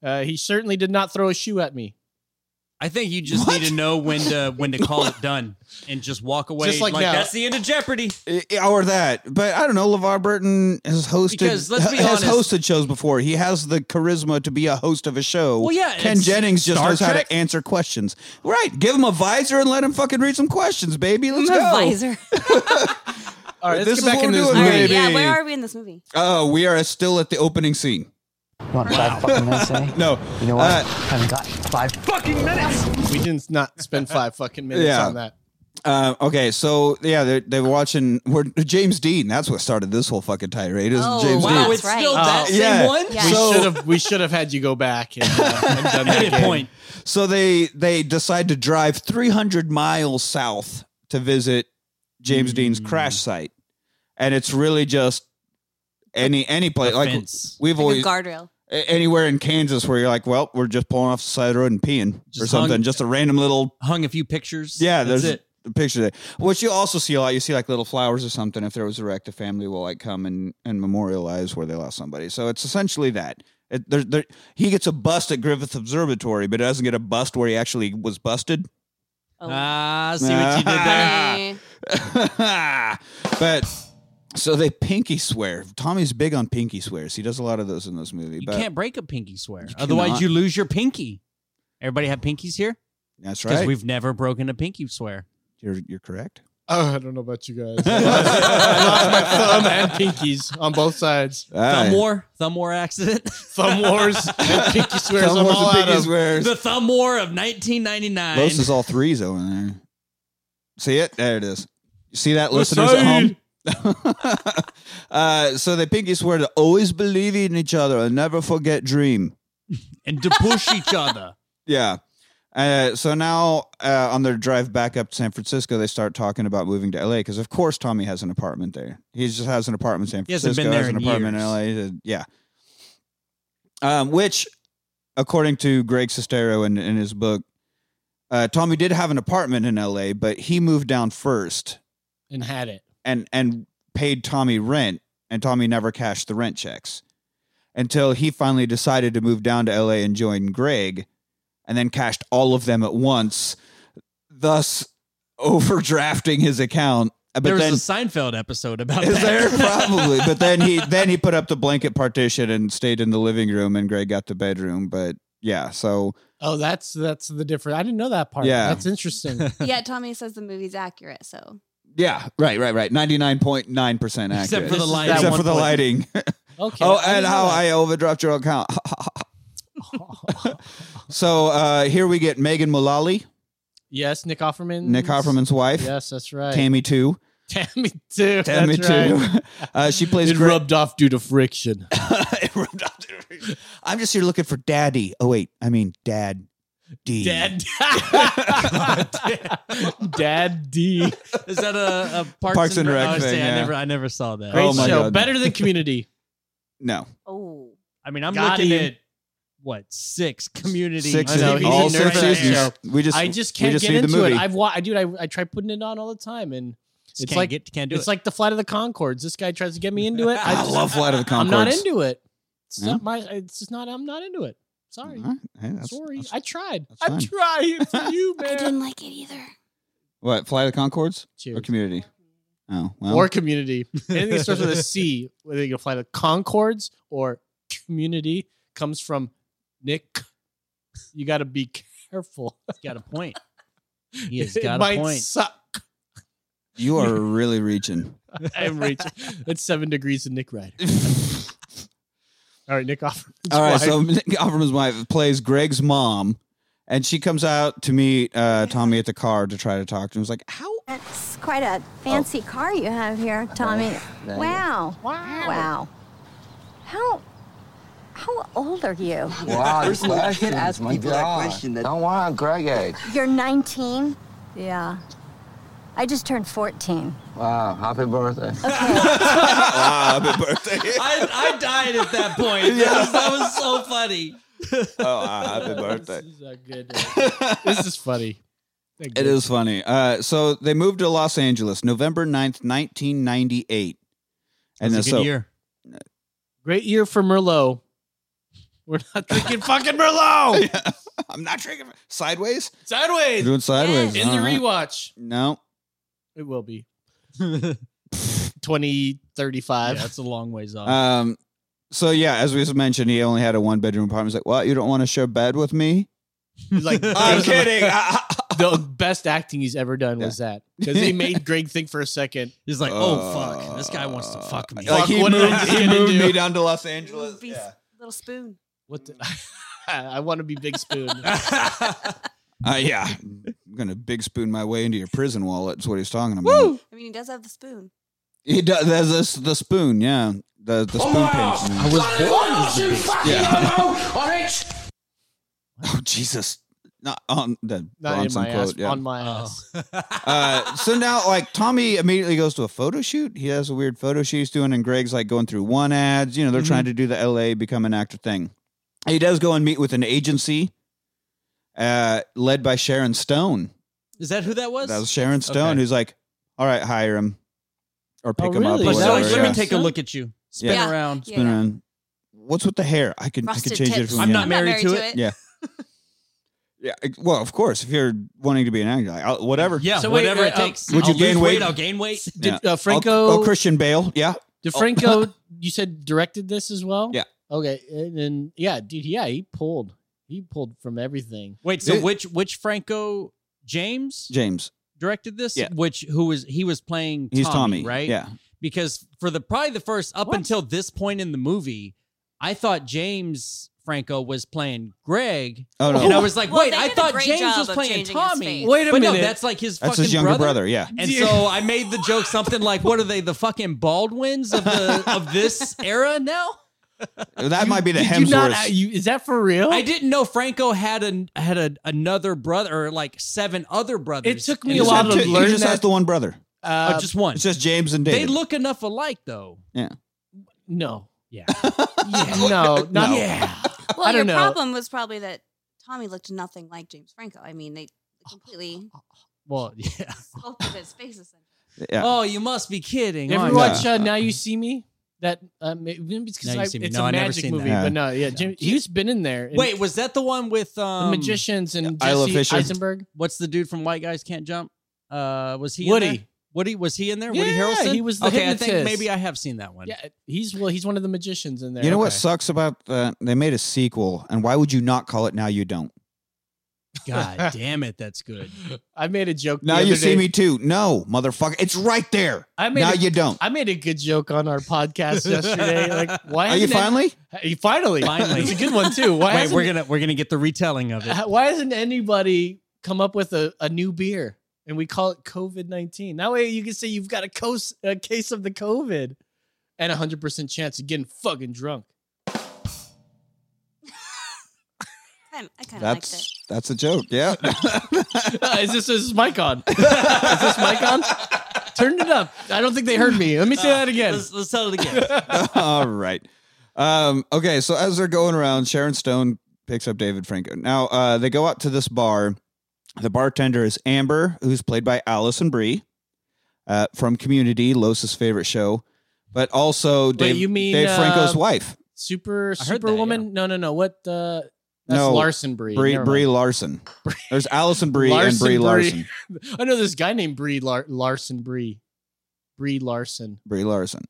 Uh, he certainly did not throw a shoe at me, I think you just What? need to know when to when to call it done and just walk away. Just like that. that's the end of Jeopardy. Eh, or that, but I don't know. LeVar Burton has hosted Because let's be has honest- hosted shows before. He has the charisma to be a host of a show. Well, yeah, Ken it's Jennings just Star knows how Trek. to answer questions. Right, give him a visor and let him fucking read some questions, baby. Let's A go. visor. All right, This let's is get back what into we're this doing, movie. baby. Yeah, where are we in this movie? Oh, we are still at the opening scene. want five fucking minutes, eh? No, You know what? Uh, Haven't got five We didn't not spend five fucking minutes Yeah. on that. Uh, okay, so yeah, they're, they're watching. We're, James Dean. That's what started this whole fucking tirade. Is Oh, James wow. Dean? Wow, That's it's still right. that Oh. same Yeah. one? Yeah. We So- should have we should have had you go back and, uh, and done that Good again. point. So they they decide to drive 300 miles south to visit James Hmm. Dean's crash site, and it's really just any any place A like fence. we've Like a always guardrail. a- anywhere in Kansas where you're like, well, we're just pulling off the side of the road and peeing or Just hung- something, just a random little Hung a few pictures. yeah. that's There's it. a picture there, which you also see a lot. You see like little flowers or something. If there was a wreck, the family will like come and and memorialize where they lost somebody. So it's essentially that. It, there, there, he gets a bust at Griffith Observatory, but it doesn't get a bust where he actually was busted. Oh. Ah, see what you did there. Funny. but So they pinky swear. Tommy's big on pinky swears. He does a lot of those in this movie. You but can't break a pinky swear. Otherwise, cannot. you lose your pinky. Everybody have pinkies here? That's Because right. we've never broken a pinky swear. You're you're correct. Oh, I don't know about you guys. I lost my thumb and pinkies on both sides. Thumb war, thumb war accident, Thumb wars and pinky swears. Thumb I'm wars all and out pinky of. swears. the thumb war of 1999. Los is all threes over there. See it? There it is. You see that, The listeners at side. home? uh, so they pinky swear to always believe in each other and never forget dream. and to push each other. Yeah. Uh, so now uh, on their drive back up to San Francisco, they start talking about moving to LA because, of course, Tommy has an apartment there. He just has an apartment in San He Francisco. hasn't been there has an in apartment years. in LA. Yeah. Um, which, according to Greg Sestero in, in his book, uh, Tommy did have an apartment in LA, but he moved down first And had it. and and paid Tommy rent, and Tommy never cashed the rent checks until he finally decided to move down to LA and join Greg, and then cashed all of them at once, thus overdrafting his account. Uh, But there was then a Seinfeld episode about is that. there probably? But then he then he put up the blanket partition and stayed in the living room, and Greg got the bedroom. But yeah, so Oh, that's that's the difference. I didn't know that part. Yeah. That's interesting. yeah, Tommy says the movie's accurate, so yeah, right, right, right, ninety nine point nine percent accurate, Except for the This is line. that except for the point. lighting. Okay. Oh, I didn't and know how that. I overdraft your account. so uh, here we get Megan Mullally, Yes, Nick Offerman. Nick Offerman's wife, Yes, that's right. Tammy too. Tammy too. Tammy that's too. right. Uh, she plays. It Greg- rubbed off due to friction. It rubbed off to- I'm just here looking for daddy. Oh wait, I mean dad. D. Dad, Dad D. is that a, a Parks, Parks and Rec I would say thing, I yeah. never, I never saw that. Great Oh my show. God. Better than Community. No. oh. I mean, I'm Got looking it. at what six community Six I know, seasons. he's all a six nerd. seasons. We just I just we can't just get need the into it. movie. I've wa- I dude, I, I try putting it on all the time, and Just it's can't like get, can't do it's it. like the Flight of the Concords. This guy tries to get me into it. I, I just- love Flight of the I'm Concords. not into it. It's Yeah. not my. It's just not. I'm not into it. Sorry. All right. Hey, that's- Sorry. that's- I tried. that's I'm fine. trying for you, I man. didn't like it either. what? Flight of the Concords or Cheers. Community? Oh well. or community. Anything that starts with a C, whether you fly the Concords or community, comes from Nick. You got to be careful. He's got a point. He has it got a might point. suck. you are really reaching. I'm reaching. It's seven degrees of Nick Ryder. All right, Nick off. All right, so Nick Offerman's wife plays Greg's mom, and she comes out to meet uh, Tommy at the car to try to talk to him. It's like, how? It's quite a fancy car you have here, Tommy. Wow. Wow. Wow. How how old are you? Wow, First of all, I can't ask my people that God. question that- Don't want Greg egg. You're 19? Yeah. I just turned 14. Wow, happy birthday. Ah, happy birthday! I, I died at that point. That, was, that was so funny. Oh, ah, happy birthday! This is a good. one. this is funny. It is funny. Uh, so they moved to Los Angeles, November 9th, nineteen ninety eight, and then That's a good so year. Great year for Merlot. We're not drinking fucking Merlot. I'm not drinking sideways. Sideways. Doing sideways In the all right. rewatch. No, It will be. 2035. Yeah, that's a long ways off. Um, so yeah, as we just mentioned, he only had a one bedroom apartment. He's like, "What? You don't want to share bed with me?" He's like, I'm there's a- kidding. Ah, ah, ah. The best acting he's ever done was that because he made Greg think for a second. He's like, oh fuck, this guy wants to fuck me. like Fuck, he what did I moved, he get moved into? me down to Los Angeles. Be Yeah. Little spoon. What? The, I want to be Big Spoon. Uh, yeah, I'm gonna big spoon my way into your prison wallet. Is what he's talking about. I mean, he does have the spoon. He does. There's this, the spoon. Yeah, the the spoon pinch. man. Oh Jesus! Not on the Not wrong in my quote. ass. yeah. On Oh. my ass. uh, so now, like Tommy immediately goes to a photo shoot. He has a weird photo shoot he's doing, and Greg's like going through one ads. You know, they're Mm-hmm. trying to do the L.A. become an actor thing. He does go and meet with an agency uh, led by Sharon Stone. Is that who that was? That was Sharon Stone, Okay. who's like, "All right, hire him or pick Oh, him up." really? Or But Was that so, whatever, like, let yeah. me take a look at you. Spin Yeah. around. Yeah. Spin uh, around. What's with the hair? I can I Frosted can change it tips. from I'm yeah. not married to it. Yeah. Yeah, well, of course, if you're wanting to be an actor, like, I'll- whatever. Yeah, So wait, whatever it uh, takes. Would I'll you gain lose weight, weight? I'll gain weight. Yeah. Did, uh, I'll- Franco- Oh, Christian Bale. Yeah. DeFranco, you said directed this as well. Yeah. Okay, and then yeah, dude, yeah, he pulled, he pulled from everything. Wait, so which which Franco James James. directed this? Yeah. Which who was he was playing Tommy, He's Tommy, right? yeah. Because for the probably the first up until this point in the movie, I thought James Franco was playing Greg. Oh, no. And I was like, Well, wait, they I did a thought great James job was of playing changing his Tommy. face. Wait a But no, minute. that's like his That's fucking his younger brother, yeah. And Yeah. so I made the joke something like, what are they, the fucking Baldwins of the of this era now? That might be the did you not- Hemsworth. You, is that for real? I didn't know Franco had an had a, another brother or like seven other brothers. It took in me his a while life. to He learn just that. has the one brother. Uh, Oh, just one. It's just James and They David. look enough alike though. yeah. no, Yeah. yeah, no, not No. yeah. Well, I your don't know. problem was probably that Tommy looked nothing like James Franco. I mean, they Oh. completely Well, yeah. sculpted his face. Essentially. Yeah. Oh, you must be kidding. You ever aren't watch you? uh, Now You See Me? That uh, ma- maybe it's Now because You it's See Me. a No, I've never magic seen movie, that. but no, yeah, Jim, he's been in there. and Wait, was that the one with the um, magicians and Isla Jesse Fisher. Eisenberg. What's the dude from White Guys Can't Jump? Uh, was he in Woody. there? Woody was he in there? Woody Yeah, Harrelson. he was the okay. I hypnotist. think maybe I have seen that one. Yeah, he's well, he's one of the magicians in there. You know what sucks about that? They made a sequel, and why would you not call it Now You Don't? God damn it, that's good. I made a joke. the Now you other see day. me too. No, motherfucker, it's right there. I made now a- you don't. I made a good joke on our podcast yesterday. Like, why Are you hasn't it- finally? Hey, finally? Finally. it's a good one too. Why Wait, hasn't we're gonna we're gonna get the retelling of it. ha- why hasn't anybody come up with a, a new beer and we call it COVID nineteen? That way you can say you've got a, cos- a case of the COVID and a hundred percent chance of getting fucking drunk. I, I kind of liked it. That's that's a joke. Yeah. is this is this mic on? is this mic on? Turned it up. I don't think they heard me. Let me say that again. Let's, let's tell it again. All right. Um, okay, so as they're going around, Sharon Stone picks up David Franco. Now uh, they go out to this bar. The bartender is Amber, who's played by Allison Brie uh, from Community, Los's favorite show, but also Dave, you mean, Dave Franco's uh, wife, Super I heard that, Superwoman? No, no, no. What? Uh, that's No, Larson Bree. Brie, Never Brie mind. Larson. There's Allison Brie and Larson Brie Brie. Larson. I know this guy named Bree Lar- Larson Bree. Bree Larson. Brie Larson.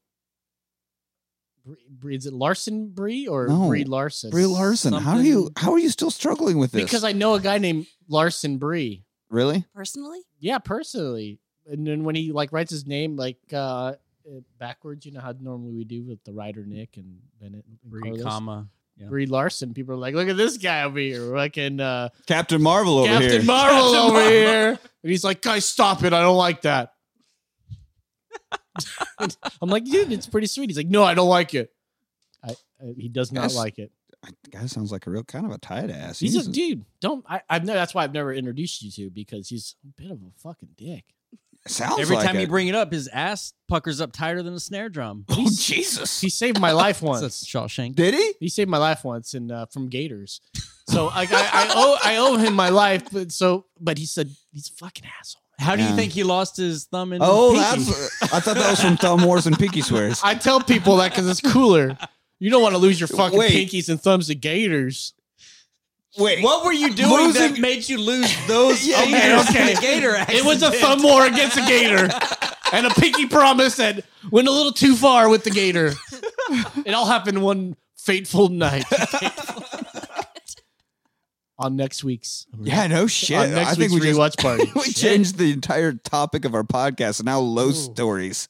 Bree, Bree, is it Larson Bree or No, Bree Larson? Brie Larson. How do you Something- how are you still struggling with this? Because I know a guy named Larson Bree. really Personally, Yeah, personally. And then when he like writes his name like uh backwards, you know how normally we do with the writer Nick and Bennett and Three Carlos? comma. yeah. Brie Larson. People are like, look at this guy over here, fucking uh, Captain Marvel over Captain here. Marvel over here. And he's like, guys, stop it. I don't like that. I'm like, dude, it's pretty sweet. He's like, no, I don't like it. I, uh, he does not That's- like it. The guy sounds like a real kind of a tight ass. He's a dude. Don't I? I've never. That's why I've never introduced you to because he's a bit of a fucking dick. sounds Every like time it. you bring it up, his ass puckers up tighter than a snare drum. Oh Jesus! He saved my life It's a once. Shawshank. Did he? He saved my life once and uh, from Gators. So like I, I owe I owe him my life, but so but he said he's a fucking asshole. How do you Yeah. think he lost his thumb and Oh, pinky? that's. I thought that was from Thumb Wars and Pinky Swears. I tell people that because it's cooler. You don't want to lose your fucking Wait. pinkies and thumbs to gators. Wait, What were you doing that Losing- made you lose those Yeah, okay, fingers okay. in the gator accident? It was a thumb war against a gator, and a pinky promise that went a little too far with the gator. It all happened one fateful night. On next week's Yeah, no shit. on next I think we week's just rewatch party. we changed the entire topic of our podcast and now low stories.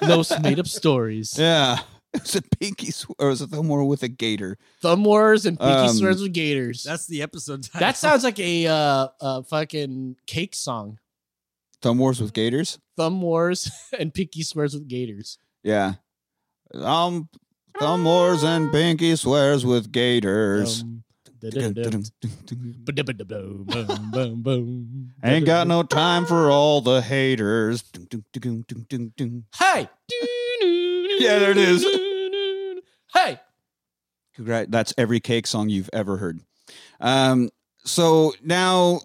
Those made up stories. Yeah, it was a Pinky Swe- or was it Thumb War with a Gator? Thumb wars and pinky Um, swears with gators. That's the episode title. that sounds like a uh, uh, fucking cake song. Thumb Wars with Gators. Thumb wars and pinky swears with gators. Yeah. Um. Thumb wars and pinky swears with gators. Um, da-da-da-dum. Ain't Ba-da-ba-da-boom, boom, boom, boom. got no time for all the haters. Hey! Yeah, there it is. Hey! Congrat- That's every cake song you've ever heard. Um, so now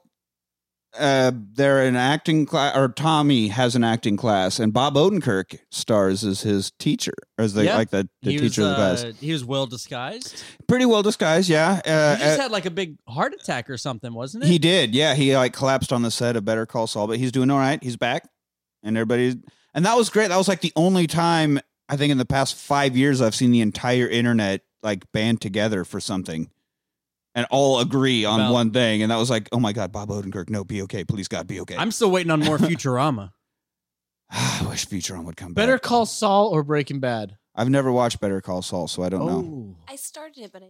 uh, they're an acting class, or Tommy has an acting class, and Bob Odenkirk stars as his teacher, as the Yeah. like the, the He teacher of was, the class. uh, He was well disguised. Pretty well disguised, yeah. Uh, he just uh, had like a big heart attack or something, wasn't it? he did, yeah. He like collapsed on the set of Better Call Saul, but he's doing all right. He's back, and everybody's and that was great. That was like the only time I think in the past five years I've seen the entire internet like band together for something. And all agree on About- one thing, and that was like, "Oh my God, Bob Odenkirk, no, be okay, please, God, be okay." I'm still waiting on more Futurama. I wish Futurama would come back. Better Call Saul or Breaking Bad? I've never watched Better Call Saul, so I don't know. I started it, but I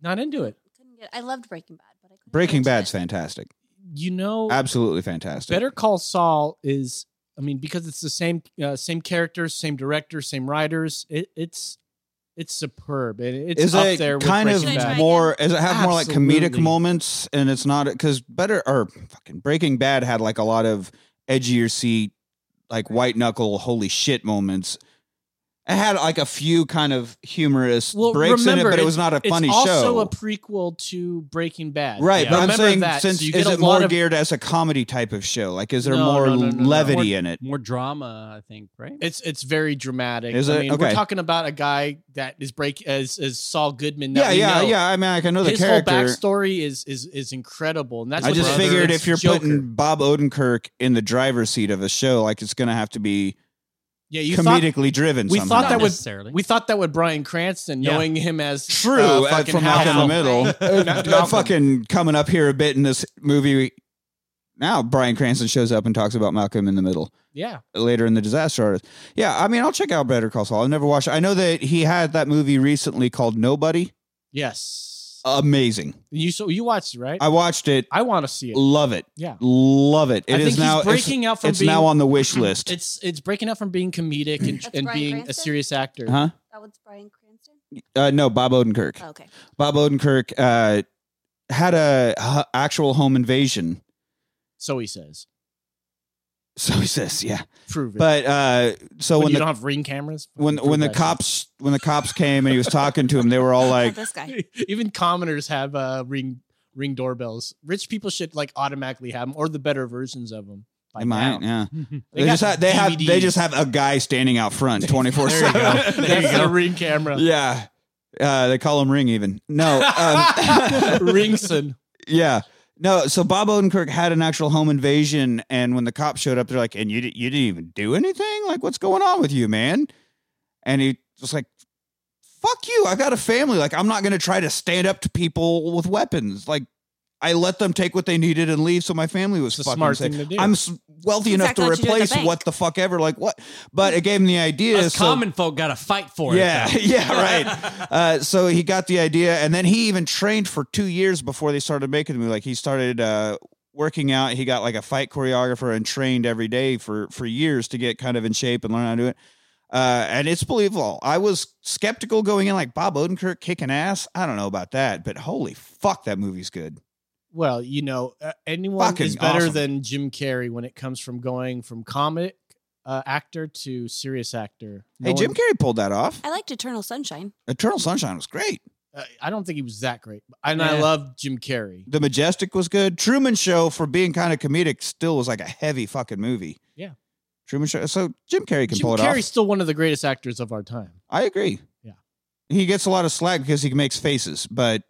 not into it. couldn't get. I loved Breaking Bad, but I couldn't. Breaking Bad's fantastic. You know, Absolutely fantastic. Better Call Saul is, I mean, because it's the same uh, same characters, same director, same writers. It, it's it's superb. It, it's is up it there with kind of Breaking Bad. more? Is it have more like comedic Absolutely. moments? And it's not because Better or fucking Breaking Bad had like a lot of edgier seat, like white knuckle, holy shit moments. It had like a few kind of humorous breaks in it, but it it's- was not a funny it's show. also a prequel to Breaking Bad. Right, Yeah. but I'm Remember saying that. since so you is get a it lot more of geared as a comedy type of show? Like, is there No, more no, no, no, no. levity More- in it? More drama, I think, right? It's it's very dramatic. Is I it? mean, Okay. we're talking about a guy that is break as as Saul Goodman. Yeah, That we yeah, know. yeah. I mean, I can know the His character. whole backstory is is is incredible, and that's I what just brother- figured it's if you're Joker. putting Bob Odenkirk in the driver's seat of a show, like it's going to have to be yeah, you thought- comedically driven. We somehow. thought that would we thought that would Brian Cranston, Yeah. knowing him as true uh, uh, fucking from out in the Hal. middle. Not- Uh, not- fucking coming up here a bit in this movie. Now Brian Cranston shows up and talks about Malcolm in the Middle. Yeah. later in the Disaster Artist. Yeah, I mean, I'll check out Better Call Saul. I've never watched. it. I know that he had that movie recently called Nobody. Yes, Amazing. you so you watched it, right? I watched it. I want to see it. Love it. Yeah. love it. It I is think he's now it's- breaking out from It's being- now on the wish list. it's it's breaking out from being comedic and, and Bryan being a Cranston? serious actor. Huh? That was Brian Cranston. Uh, no, Bob Odenkirk. Oh, okay. Bob Odenkirk uh, had a h- actual home invasion. So he says. So he says, yeah. Prove it. But uh, so What, when you the don't have ring cameras when Prove when the that shit. cops when the cops came and he was talking to him, they were all like, this guy. Even commoners have uh, ring ring doorbells. Rich people should like automatically have them, or the better versions of them. By "Am I?" now. Yeah. They They, just got have they have they DVDs. just have a guy standing out front twenty four There you seven. go. That's the ring camera. Yeah. Uh, they call him Ring even. No. Um, Ringson. Yeah. No, so Bob Odenkirk had an actual home invasion, and when the cops showed up, they're like, "And you, di- you didn't even do anything? Like, what's going on with you, man?" And he was like, "Fuck you! I've got a family. Like, I'm not going to try to stand up to people with weapons. Like, I let them take what they needed and leave, so my family was It's a fucking smart safe. thing to do. I'm s- wealthy enough Exactly to what you do at the replace bank. what the fuck ever. Like, what? But it gave him the idea. Us so- common folk got to fight for yeah, it. though. yeah, right. Uh, so he got the idea, and then he even trained for two years before they started making the movie. Like he started uh, working out. He got like a fight choreographer and trained every day for for years to get kind of in shape and learn how to do it. Uh, and it's believable. I was skeptical going in, like Bob Odenkirk kicking ass. I don't know about that, but holy fuck, that movie's good. Well, you know, uh, anyone Fucking is better awesome. than Jim Carrey when it comes from going from comic uh, actor to serious actor. No hey, Jim one- Carrey pulled that off. I liked Eternal Sunshine. Eternal Sunshine was great. uh, I don't think he was that great, and I Yeah. love Jim Carrey. The Majestic was good. Truman Show, for being kind of comedic, still was like a heavy fucking movie. Yeah. Truman Show. So Jim Carrey can Jim pull it Carrey's off. still one of the greatest actors of our time. I agree. Yeah. He gets a lot of slack because he makes faces, but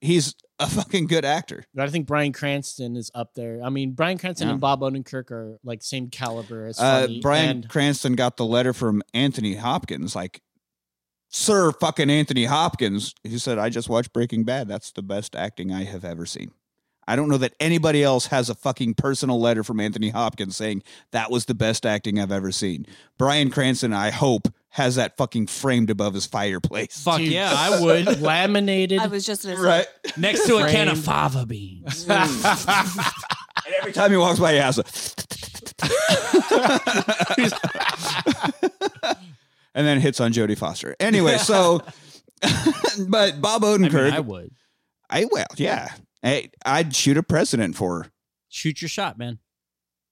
he's a fucking good actor. But I think Brian Cranston is up there. I mean, Brian Cranston Yeah. and Bob Odenkirk are like same caliber as Uh, funny Brian and- Cranston got the letter from Anthony Hopkins, like, Sir fucking Anthony Hopkins, who said, I just watched Breaking Bad. That's the best acting I have ever seen. I don't know that anybody else has a fucking personal letter from Anthony Hopkins saying that was the best acting I've ever seen. Brian Cranston, I hope, has that fucking framed above his fireplace. Fuck Dude, yeah, I would. laminated. I was just an Right? Next to a can Framed. of fava beans. Every time he walks by, he has a. and then hits on Jodie Foster. Anyway, so, but Bob I Odenkirk, mean, I would. I, well, yeah, hey, I'd shoot a president for. her. Shoot your shot, man.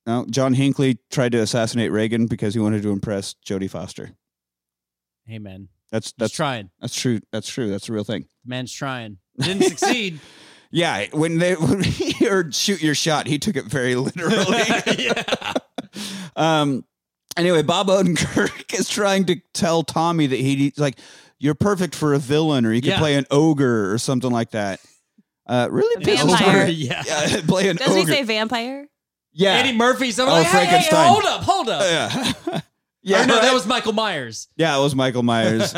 No, John Hinckley tried to assassinate Reagan because he wanted to impress Jodie Foster. Hey, man. That's That's that's trying. that's true. That's true. That's the real thing. Man's trying. Didn't succeed. Yeah, when they when he heard shoot your shot, he took it very literally. Um anyway, Bob Odenkirk is trying to tell Tommy that he he's like you're perfect for a villain or you could Yeah. play an ogre or something like that. Uh really A pisses me- vampire. Yeah. play an Doesn't ogre. he say vampire? yeah. Eddie Murphy's. I'm Oh, like, hey, hey, hey, Frankenstein. hold up, hold up. Oh, Yeah. yeah. Yeah, Oh, no, right. that was Michael Myers. Yeah, it was Michael Myers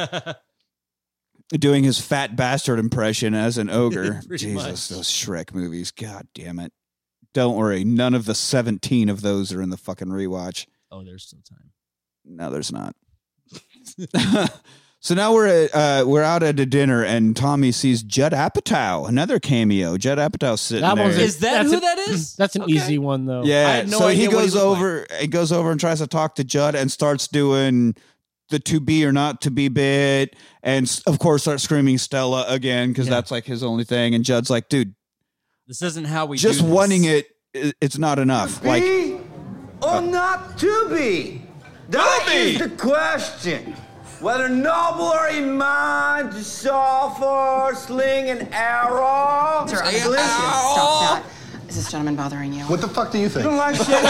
doing his fat bastard impression as an ogre. Pretty Jesus, much. those Shrek movies. God damn it. Don't worry, none of the 17 of those are in the fucking rewatch. oh, there's still time. No, there's not. so now we're at, uh, we're out at a dinner and Tommy sees Judd Apatow, another cameo. Judd Apatow sitting That there. one's a- Is that that's who an- that is? That's an Okay. easy one though. Yeah. I had no so he idea what he goes looked like. over he goes over and tries to talk to Judd and starts doing the to be or not to be bit and s- of course starts screaming Stella again cuz that's like his only thing and Judd's like dude This isn't how we just do this. wanting it i- it's not enough like be or not to be? That is the question. Whether noble or in mind to solve for sling an arrow. Sir, I'm Sling an sorry. arrow. Stop that. Is this gentleman bothering you? What the fuck do you You think? don't like shit? You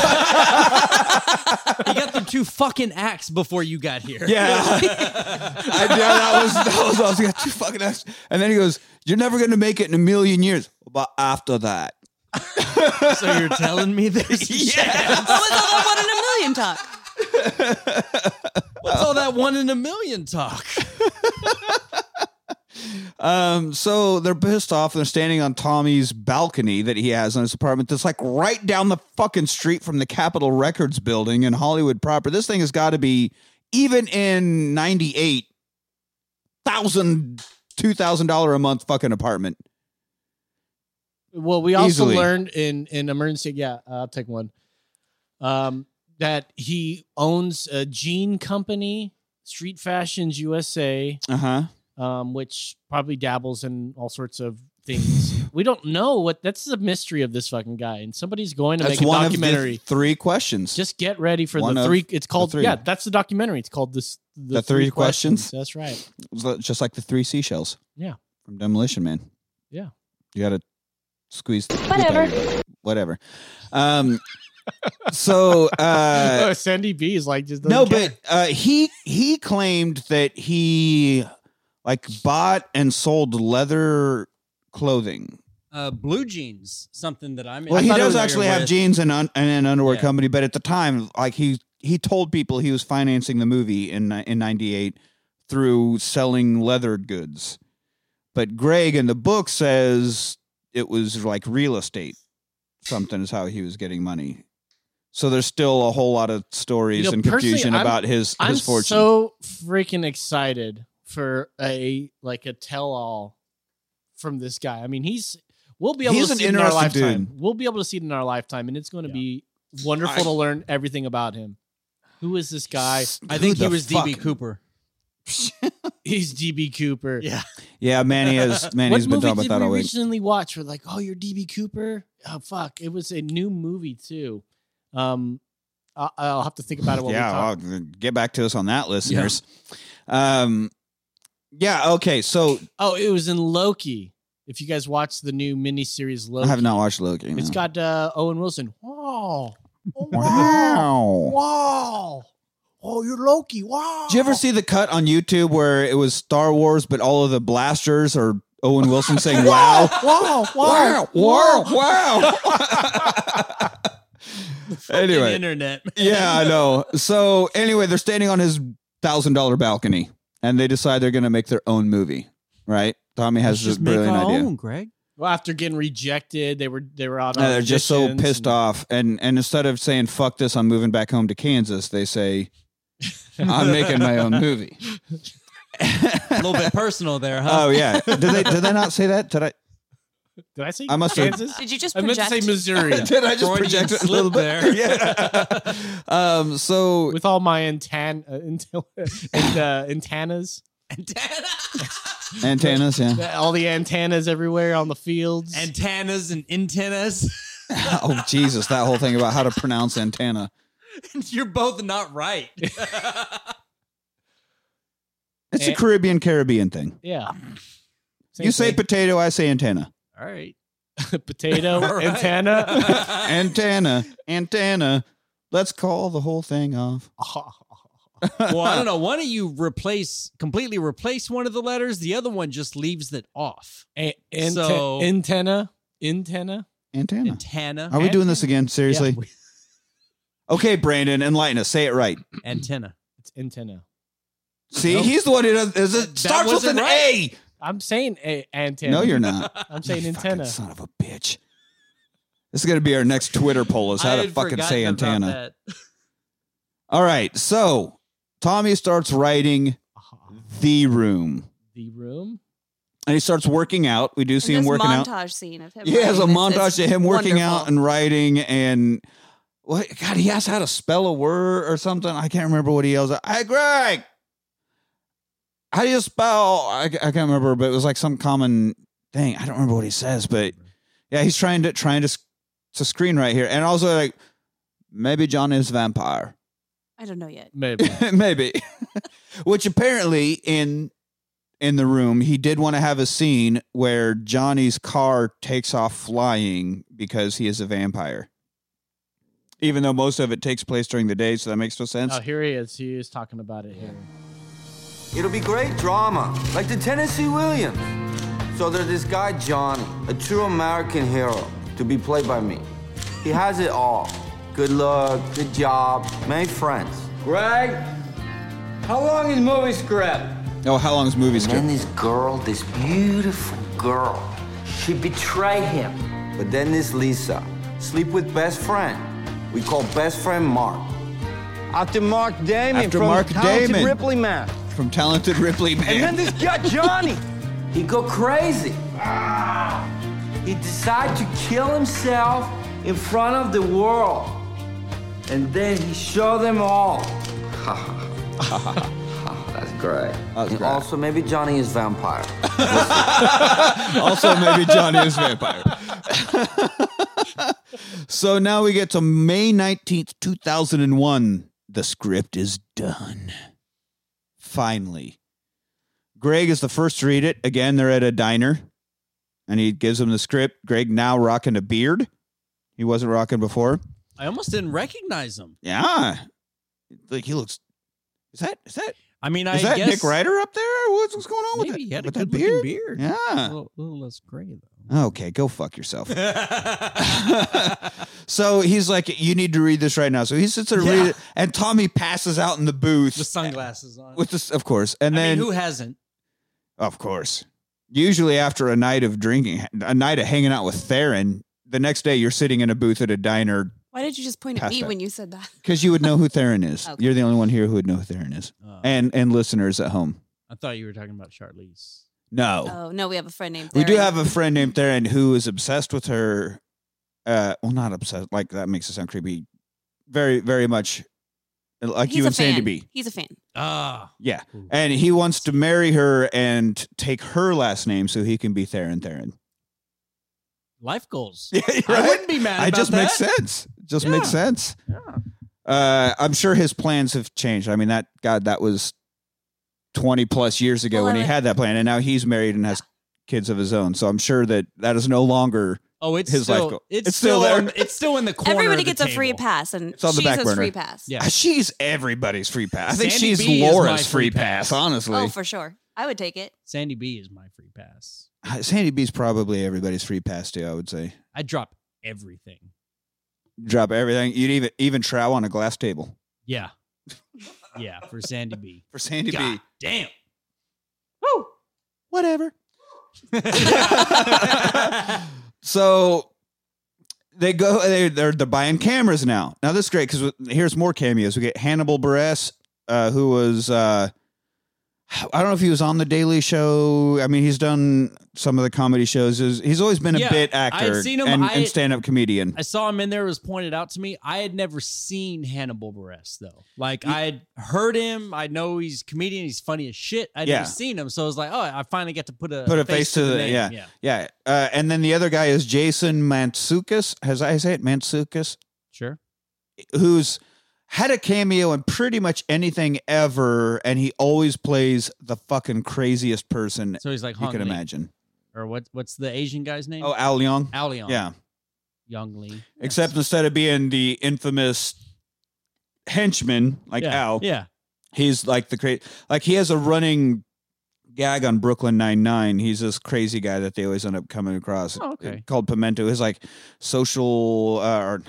got the two fucking acts before you got here. Yeah. I, yeah, that was that was I was like you fucking ass." and then he goes you're never going to make it in a million years but after that so you're telling me this? yeah. That was all that one in a million talk. What's all that one in a million talk? Um, so they're pissed off. They're standing on Tommy's balcony that he has on his apartment. That's like right down the fucking street from the Capitol Records building in Hollywood proper. This thing has got to be even in 98 thousand two thousand dollar a month fucking apartment. Well, we also Easily. learned in in emergency. Yeah, uh, I'll take one. Um, that he owns a jean company, Street Fashions USA, Uh huh. um, which probably dabbles in all sorts of things. we don't know what. That's the mystery of this fucking guy. And somebody's going to That's make a one documentary. of the three questions. Just get ready for One the of three. It's the called three. yeah. That's the documentary. It's called this. The Three Questions? That's right. just like the three seashells. Yeah. From Demolition Man. Yeah. You got to squeeze. the- Whatever. Whatever. Um. So. Uh, oh, Sandy B is like just no, doesn't care. but uh, he he claimed that he like bought and sold leather clothing. Uh, blue jeans, something that I'm. Well, he I'm does familiar actually have with. jeans and, un- and an underwear Yeah. company, but at the time, like he he told people he was financing the movie in ni- in '98 through selling leather goods. But Greg in the book says it was like real estate. Something is how he was getting money. So there's still a whole lot of stories You know, and personally, confusion I'm- about his his I'm fortune. so freaking excited for a like a tell all from this guy. I mean, he's we'll be able He's to an see it in our interesting lifetime. dude. We'll be able to see it in our lifetime, and it's going to be wonderful I- to learn everything about him. Who is this guy? I think Who he the was DB fuck? Cooper. He's DB Cooper. Yeah. Yeah, Manny has what Manny's been movie talking about did that we all week. recently watch? We're like, oh, you're DB Cooper. Oh, fuck! It was a new movie too. Um, I- I'll have to think about it while we Yeah, talk. well, get back to us on that, listeners. Um, yeah. Okay. So Oh, it was in Loki. If you guys watch the new miniseries Loki, I have not watched Loki. It's no. got uh, Owen Wilson. Wow. Oh, Wow. Wow. Oh, you're Loki. Wow. Did you ever see the cut on YouTube where it was Star Wars, but all of the blasters are Owen Wilson saying "Wow, Wow. Wow. wow, wow, wow"? Fucking anyway, internet. yeah, I know. So anyway, they're standing on his thousand dollar balcony, and they decide they're going to make their own movie. Right? Tommy has this brilliant idea. Greg. Well, after getting rejected, they were they were out. And Uh, they're just so auditions pissed and- off. And and instead of saying "fuck this," I'm moving back home to Kansas. They say, "I'm making my own movie." A little bit personal there, huh? Oh yeah. Did they did they not say that? Did I? Did I say I must have- Kansas? Did you just I meant to say project? Missouri. Did I just Freudian project it a slip little bit? there. Yeah. um. So With all my antenna uh, anten- and, uh, antennas, antennas. Yeah. all the antennas everywhere on the fields. Antennas and antennas. Oh Jesus! That whole thing about how to pronounce antenna. You're both not right. It's a Eh. Caribbean Caribbean thing. yeah. Same You say thing. potato, I say antenna. All right. potato antenna. antenna, antenna. Let's call the whole thing off. well, I don't know. One of you replace completely replace one of the letters. The other one just leaves it off. A- ante- So- antenna, antenna, antenna, antenna. Hmm. Are we doing this again? Seriously? Okay, Brandon, enlighten us. Say it right. Antenna. It's antenna. See, Nope. he's the one who does. Is it That starts with wasn't an right. A? I'm saying a- antenna. No, you're not. I'm saying You fucking antenna. Son of a bitch. This is gonna be our next Twitter poll: is how I to had fucking say forgotten about antenna. that. All right, so Tommy starts writing the room, The room. and he starts working out. We do see him this working out. montage scene of him. Yeah, it's a writing this. montage of It's him working out wonderful. and writing and what God, he asked how to spell a word or something. I can't remember what he yells at. Hey Greg. How do you spell? I, I can't remember, but it was like some common thing. I don't remember what he says, but yeah, he's trying to trying to s- to screen right here, and also like maybe John is vampire, I don't know yet. maybe maybe, which apparently in in the room he did want to have a scene where Johnny's car takes off flying because he is a vampire, even though most of it takes place during the day, so that makes no sense. Oh, here he is. He is talking about it here. It'll be great drama, like the Tennessee Williams. So there's this guy, Johnny, a true American hero, to be played by me. He has it all good luck, good job, many friends. Greg, how long is movie script? Oh, how long is movies? And then this girl, this beautiful girl, she betrayed him. But then this Lisa, sleep with best friend. We call best friend Mark. After Mark Damon After from Mark Talented Damon. Ripley Man. From Talented Ripley Man. And then this guy Johnny, he go crazy. He decided to kill himself in front of the world, and then he showed them all. That's great. and also, maybe Johnny is vampire. also, maybe Johnny is vampire. so now we get to May 19th, 2001. The script is done. Finally. Greg is the first to read it. Again, they're at a diner and he gives him the script. Greg now rocking a beard. He wasn't rocking before. I almost didn't recognize him. Yeah. Like he looks. Is that is that I mean, is I that guess Nick Ryder up there? What's, what's going on with Maybe that? he had a with that good looking beard? beard. Yeah. a little, a little less gray though. Okay, go fuck yourself. so he's like, you need to read this right now. So he sits there and read it, and Tommy passes out in the booth The sunglasses on. with this, of course. And I then, mean, who hasn't? of course, usually after a night of drinking, a night of hanging out with Theron, the next day you're sitting in a booth at a diner Why did you just point at Pass me that. when you said that? because you would know who Theron is. Okay. You're the only one here who would know who Theron is, Oh. and and listeners at home. I thought you were talking about Charlize. No, Oh no, we have a friend named. We do Theron. have a friend named Theron who is obsessed with her. Uh, well, not obsessed. Like that makes it sound creepy. Very, very much like He's you a and Sandy fan. B. He's a fan. Ah, Yeah, and he wants to marry her and take her last name so he can be Theron Theron. life goals. I right? wouldn't be mad. I about just that. makes sense. Just makes sense. Uh, I'm sure his plans have changed. I mean, that God, that was 20 plus years ago Well, when I he would- had that plan, and now he's married and has kids of his own. So I'm sure that that is no longer. Oh, it's his still, life goal. It's, still, there. on, It's still in the corner. Everybody of the gets a free table. pass, and It's on the she's back a burner. free pass. Yeah. Ah, She's everybody's free pass. I think Sandy she's B is my Laura's free free pass, pass. honestly. Oh, for sure. I would take it. Sandy B is my free pass. Ah, Sandy B's probably everybody's free pass too, I would say. I drop everything. Drop everything. You'd even even trow on a glass table Yeah, yeah, for Sandy B. for Sandy God B. damn. Whatever. so they go they, they're they're buying cameras now now this is great because here's more cameos we get hannibal buress uh, who was uh, i don't know if he was on the daily show i mean he's done some of the comedy shows he's, he's always been a Yeah, bit I had actor seen him. and, I- and stand-up comedian I saw him in there. It was pointed out to me. I had never seen Hannibal Buress though. Like I had heard him. I know he's a comedian. He's funny as shit. I'd Yeah. never seen him, so I was like, oh, I finally get to put a put a face, to, the, name. yeah yeah, Uh, and then the other guy is jason mantzoukas as i say it mantzoukas sure. who's had a cameo in pretty much anything ever, and he always plays the fucking craziest person So he's like you Hong can Lee imagine. or what? What's the Asian guy's name? Oh, Al Leong? Al Leong. Yeah. Young Lee. Except instead of being the infamous henchman like Yeah, Al, yeah. he's like the crazy. Like he has a running gag on Brooklyn Nine Nine. He's this crazy guy that they always end up coming across. Oh, okay. Called Pimento. His like social uh, or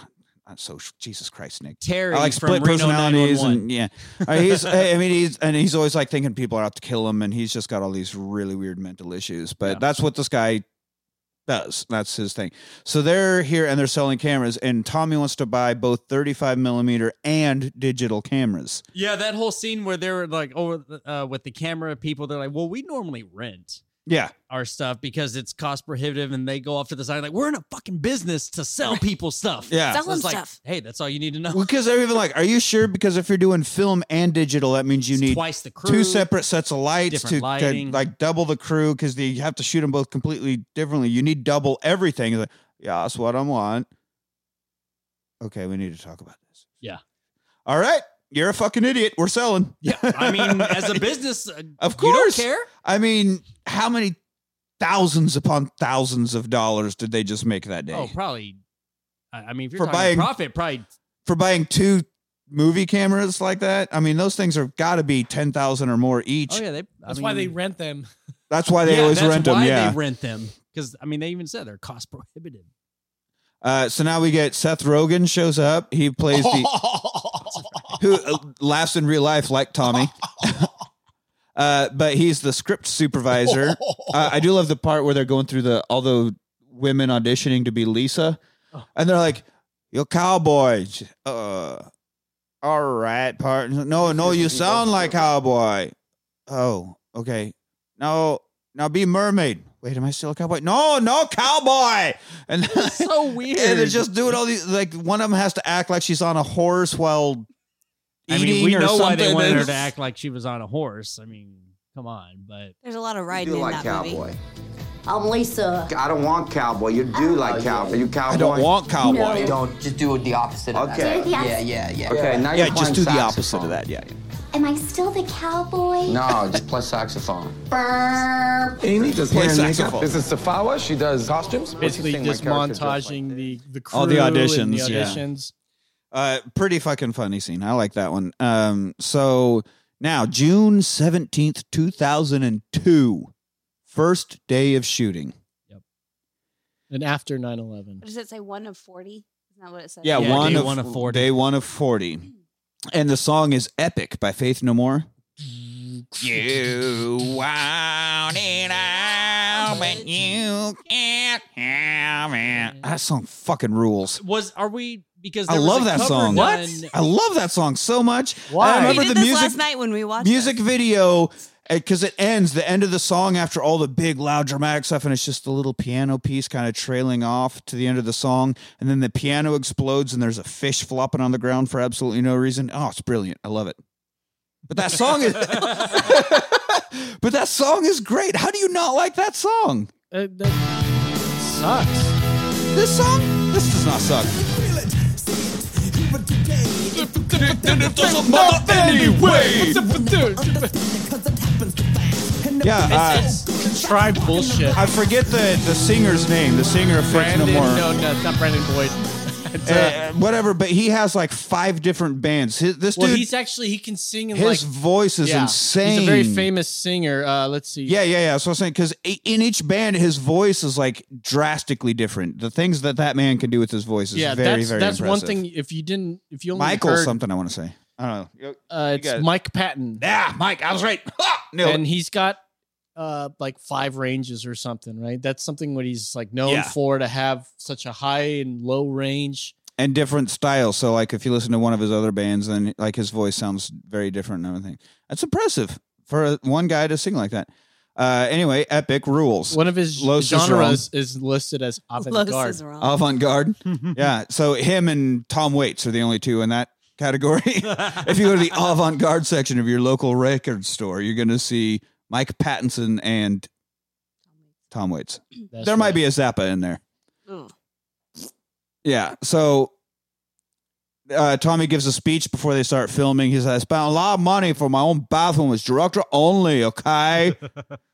not social. Jesus Christ, Nick. Terry I like from split Reno personalities 911. and yeah. Uh, he's I I mean he's and he's always like thinking people are out to kill him and he's just got all these really weird mental issues. But that's what this guy does. That's his thing. So they're here and they're selling cameras and Tommy wants to buy both 35 millimeter and digital cameras. Yeah, that whole scene where they were like over the- uh, with the camera people, they're like, "Well, we normally rent Yeah. our stuff because it's cost prohibitive," and they go off to the side like, "We're in a fucking business to sell people stuff." Yeah. Sell So them it's like, stuff. Hey, that's all you need to know. Because they're even like, are you sure? Because if you're doing film and digital, that means you need twice the crew, two separate sets of lights different to, to lighting. like double the crew because you have to shoot them both completely differently. You need double everything. It's like, yeah, that's what I want. Okay, we need to talk about this. Yeah. All right, you're a fucking idiot. We're selling. Yeah, I mean, as a business, uh, of you don't course. care? I mean, how many thousands upon thousands of dollars did they just make that day? Oh, probably. I I mean, if you're For talking buying- profit, probably for buying two movie cameras like that. I mean, those things have got to be ten thousand or more each. Oh yeah, they, That's why they rent them. That's why they always rent them. Yeah. they rent them because I mean they even said they're cost prohibitive. uh, so now we get Seth Rogen shows up. He plays the who uh, laughs in real life like Tommy. Uh, but he's the script supervisor. Uh, I do love the part where they're going through the all the women auditioning to be Lisa, and they're like, "You're cowboy." She- Uh, all right, partner. No, no, you sound like cowboy. Oh, okay. Now, now be mermaid. Wait, am I still a cowboy? No, no, cowboy. And so weird. And they're just doing all these. Like one of them has to act like she's on a horse while I eating mean, we or know why they something. wanted her to act like she was on a horse. I mean, come on, but There's a lot of You riding do in like that cowboy. movie. I'm Lisa. I don't want cowboy. You do like cowboy. You cowboy. I don't want cowboy. No. Don't just do the opposite. Of Okay. That. Do the opposite. Yeah, yeah, yeah. Okay, now you're yeah, just do the playing opposite of that. Yeah. yeah. Am I still the cowboy? No, just play saxophone. Burp. Amy does Play hair and makeup. saxophone. Is it Safawa? She does costumes. Basically, just montaging the the crew All the and auditions, the yeah. auditions. Uh, pretty fucking funny scene. I like that one. Um, so now June seventeenth, two thousand and two, first day of shooting. And after 9-11. Does it say one of forty? Isn't that what it says? Yeah, one, day of, one of 40. Day one of forty, and the song is "Epic" by Faith No More. You want it all, but you can't have it. That song fucking rules. was are we because I there was love a that cover song. done- I love that song so much. Why? I we remember did the this music last night when we watched music It. video because it ends the end of the song after all the big loud dramatic stuff and it's just the little piano piece kind of trailing off to the end of the song and then the piano explodes and there's a fish flopping on the ground for absolutely no reason oh it's brilliant i love it but that song is but that song is great how do you not like that song Uh, that sucks. this song this does not suck yeah uh, Try bullshit. i forget the the singer's name the singer of Faith no Brandon, more no, no, it's not Brandon Boyd. It's, uh, Uh, whatever, but he has like five different bands. His, this well, dude, he's actually he can sing. In his like, voice is yeah. insane. He's a very famous singer. Uh, let's see. Yeah, yeah, yeah. So I'm saying because in each band, his voice is like drastically different. The things that that man can do with his voice is yeah. very, that's very that's impressive. one thing. If you didn't, if you only Michael heard, something I want to say. I don't know. Uh, it's got it. Mike Patton. Yeah, Mike, I was right. no, and he's got uh like five ranges or something, right? That's something what he's like known Yeah. for to have such a high and low range. and different styles. So like if you listen to one of his other bands, then like his voice sounds very different and everything. That's impressive for one guy to sing like that. Uh, anyway, epic rules. One of his Los is genres is listed as avant Los is garde. wrong. avant garde. yeah. So him and Tom Waits are the only two in that category. if you go to the avant garde section of your local record store, you're going to see Mike Pattinson and Tom Waits. That's there right. might be a Zappa in there. Ugh. Yeah. So uh, Tommy gives a speech before they start filming. He says, I spent a lot of money for my own bathroom. It's director only, okay?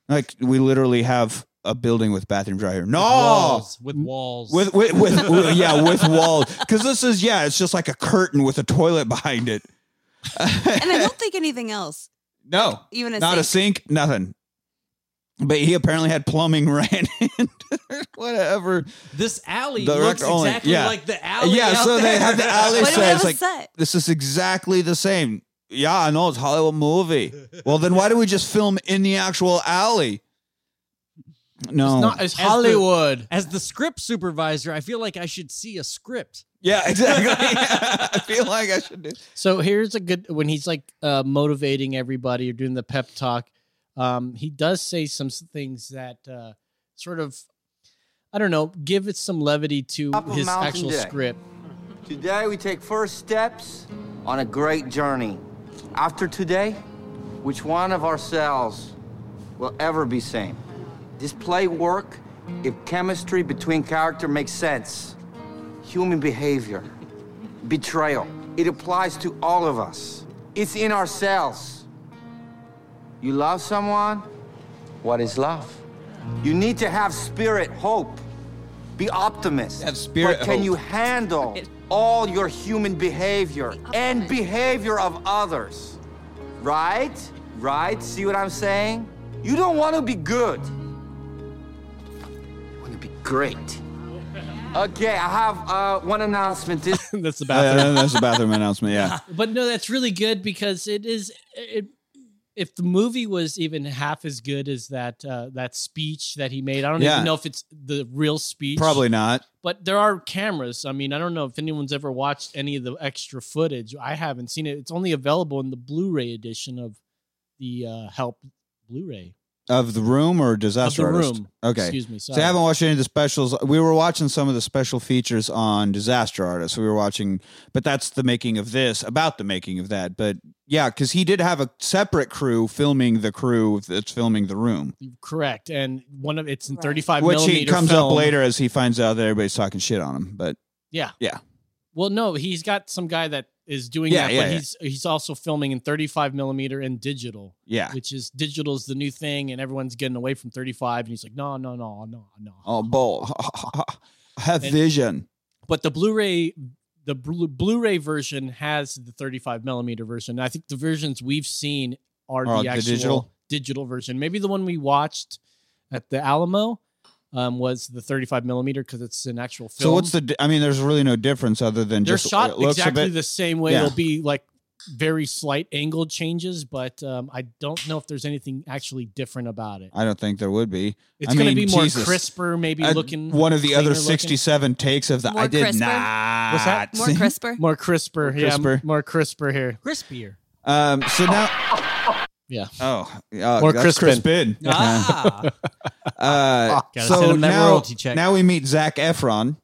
like, we literally have a building with bathroom dryer. No, walls, with walls. with with, with, with- yeah with walls because this is yeah it's just like a curtain with a toilet behind it and I don't think anything else. no Even a not a sink nothing but he apparently had plumbing ran in whatever this alley The looks rec- only- exactly yeah. like the alley. yeah out so they there. had the alley set it's like this is exactly the same yeah I know it's a Hollywood movie well then why do we just film in the actual alley no As the- As the, script supervisor, I feel like I should see a script. yeah exactly I feel like I should do So here's a good when he's like uh, motivating everybody or doing the pep talk. Um, he does say some s- things that uh, sort of, I don't know, give it some levity to Up a his mountain actual day. script. Today we take first steps on a great journey. After today, which one of ourselves will ever be same? This play work if chemistry between character makes sense. Human behavior, betrayal, it applies to all of us. It's in ourselves. You love someone? What is love? You need to have spirit, hope. Be optimist. Have spirit, But can hope. you handle all your human behavior and behavior of others? Right? Right? See what I'm saying? You don't want to be good. You want to be great. Okay, I have uh, one announcement. This that's the Yeah, that's a bathroom announcement yeah But no, that's really good because it is. It, if the movie was even half as good as that uh, that speech that he made, I don't Yeah. even know if it's the real speech. probably not But there are cameras. I mean, I don't know if anyone's ever watched any of the extra footage. I haven't seen it. It's only available in the Blu-ray edition of the uh, Help Blu-ray. Of the room or disaster Of the artist? room. Okay. Excuse me, So sorry. I haven't watched any of the specials. We were watching some of the special features on disaster artist. We were watching, but that's the making of this about the making of that. But yeah, because he did have a separate crew filming the crew that's filming the room, Correct, and one of it's in 35 which millimeter. he comes film. up later as he finds out that everybody's talking shit on him. But Yeah. yeah, Well, no, he's got some guy that is doing Yeah, that, yeah, but yeah. he's he's also filming in 35 millimeter and digital. Yeah. which is digital is the new thing, and everyone's getting away from 35. And he's like, no, no, no, no, no. oh, bull, have And- vision. But the Blu-ray, the Blu- Blu-ray version has the 35 millimeter version. I think the versions we've seen are Are the the actual digital? digital? version. Maybe the one we watched at the Alamo um, was the 35 millimeter because it's an actual film. So what's the? di- I mean, there's really no difference other than They're just it shot looks a exactly bit- the same way. Yeah. There'll be like very slight angle changes, but um, I don't know if there's anything actually different about it. I don't think there would be. It's I gonna mean, be more Jesus. crisper, maybe Uh, looking One of the cleaner other looking. sixty-seven takes of the. I More did crisper? not. What's that? More crisper? More crisper, More yeah, crisper. m- more crisper here, crispier. Um. So now. Yeah. Oh. Uh, More that's Crispin. Crispin. Ah. uh, Gotta send so him that now, royalty check. now we meet Zach Efron,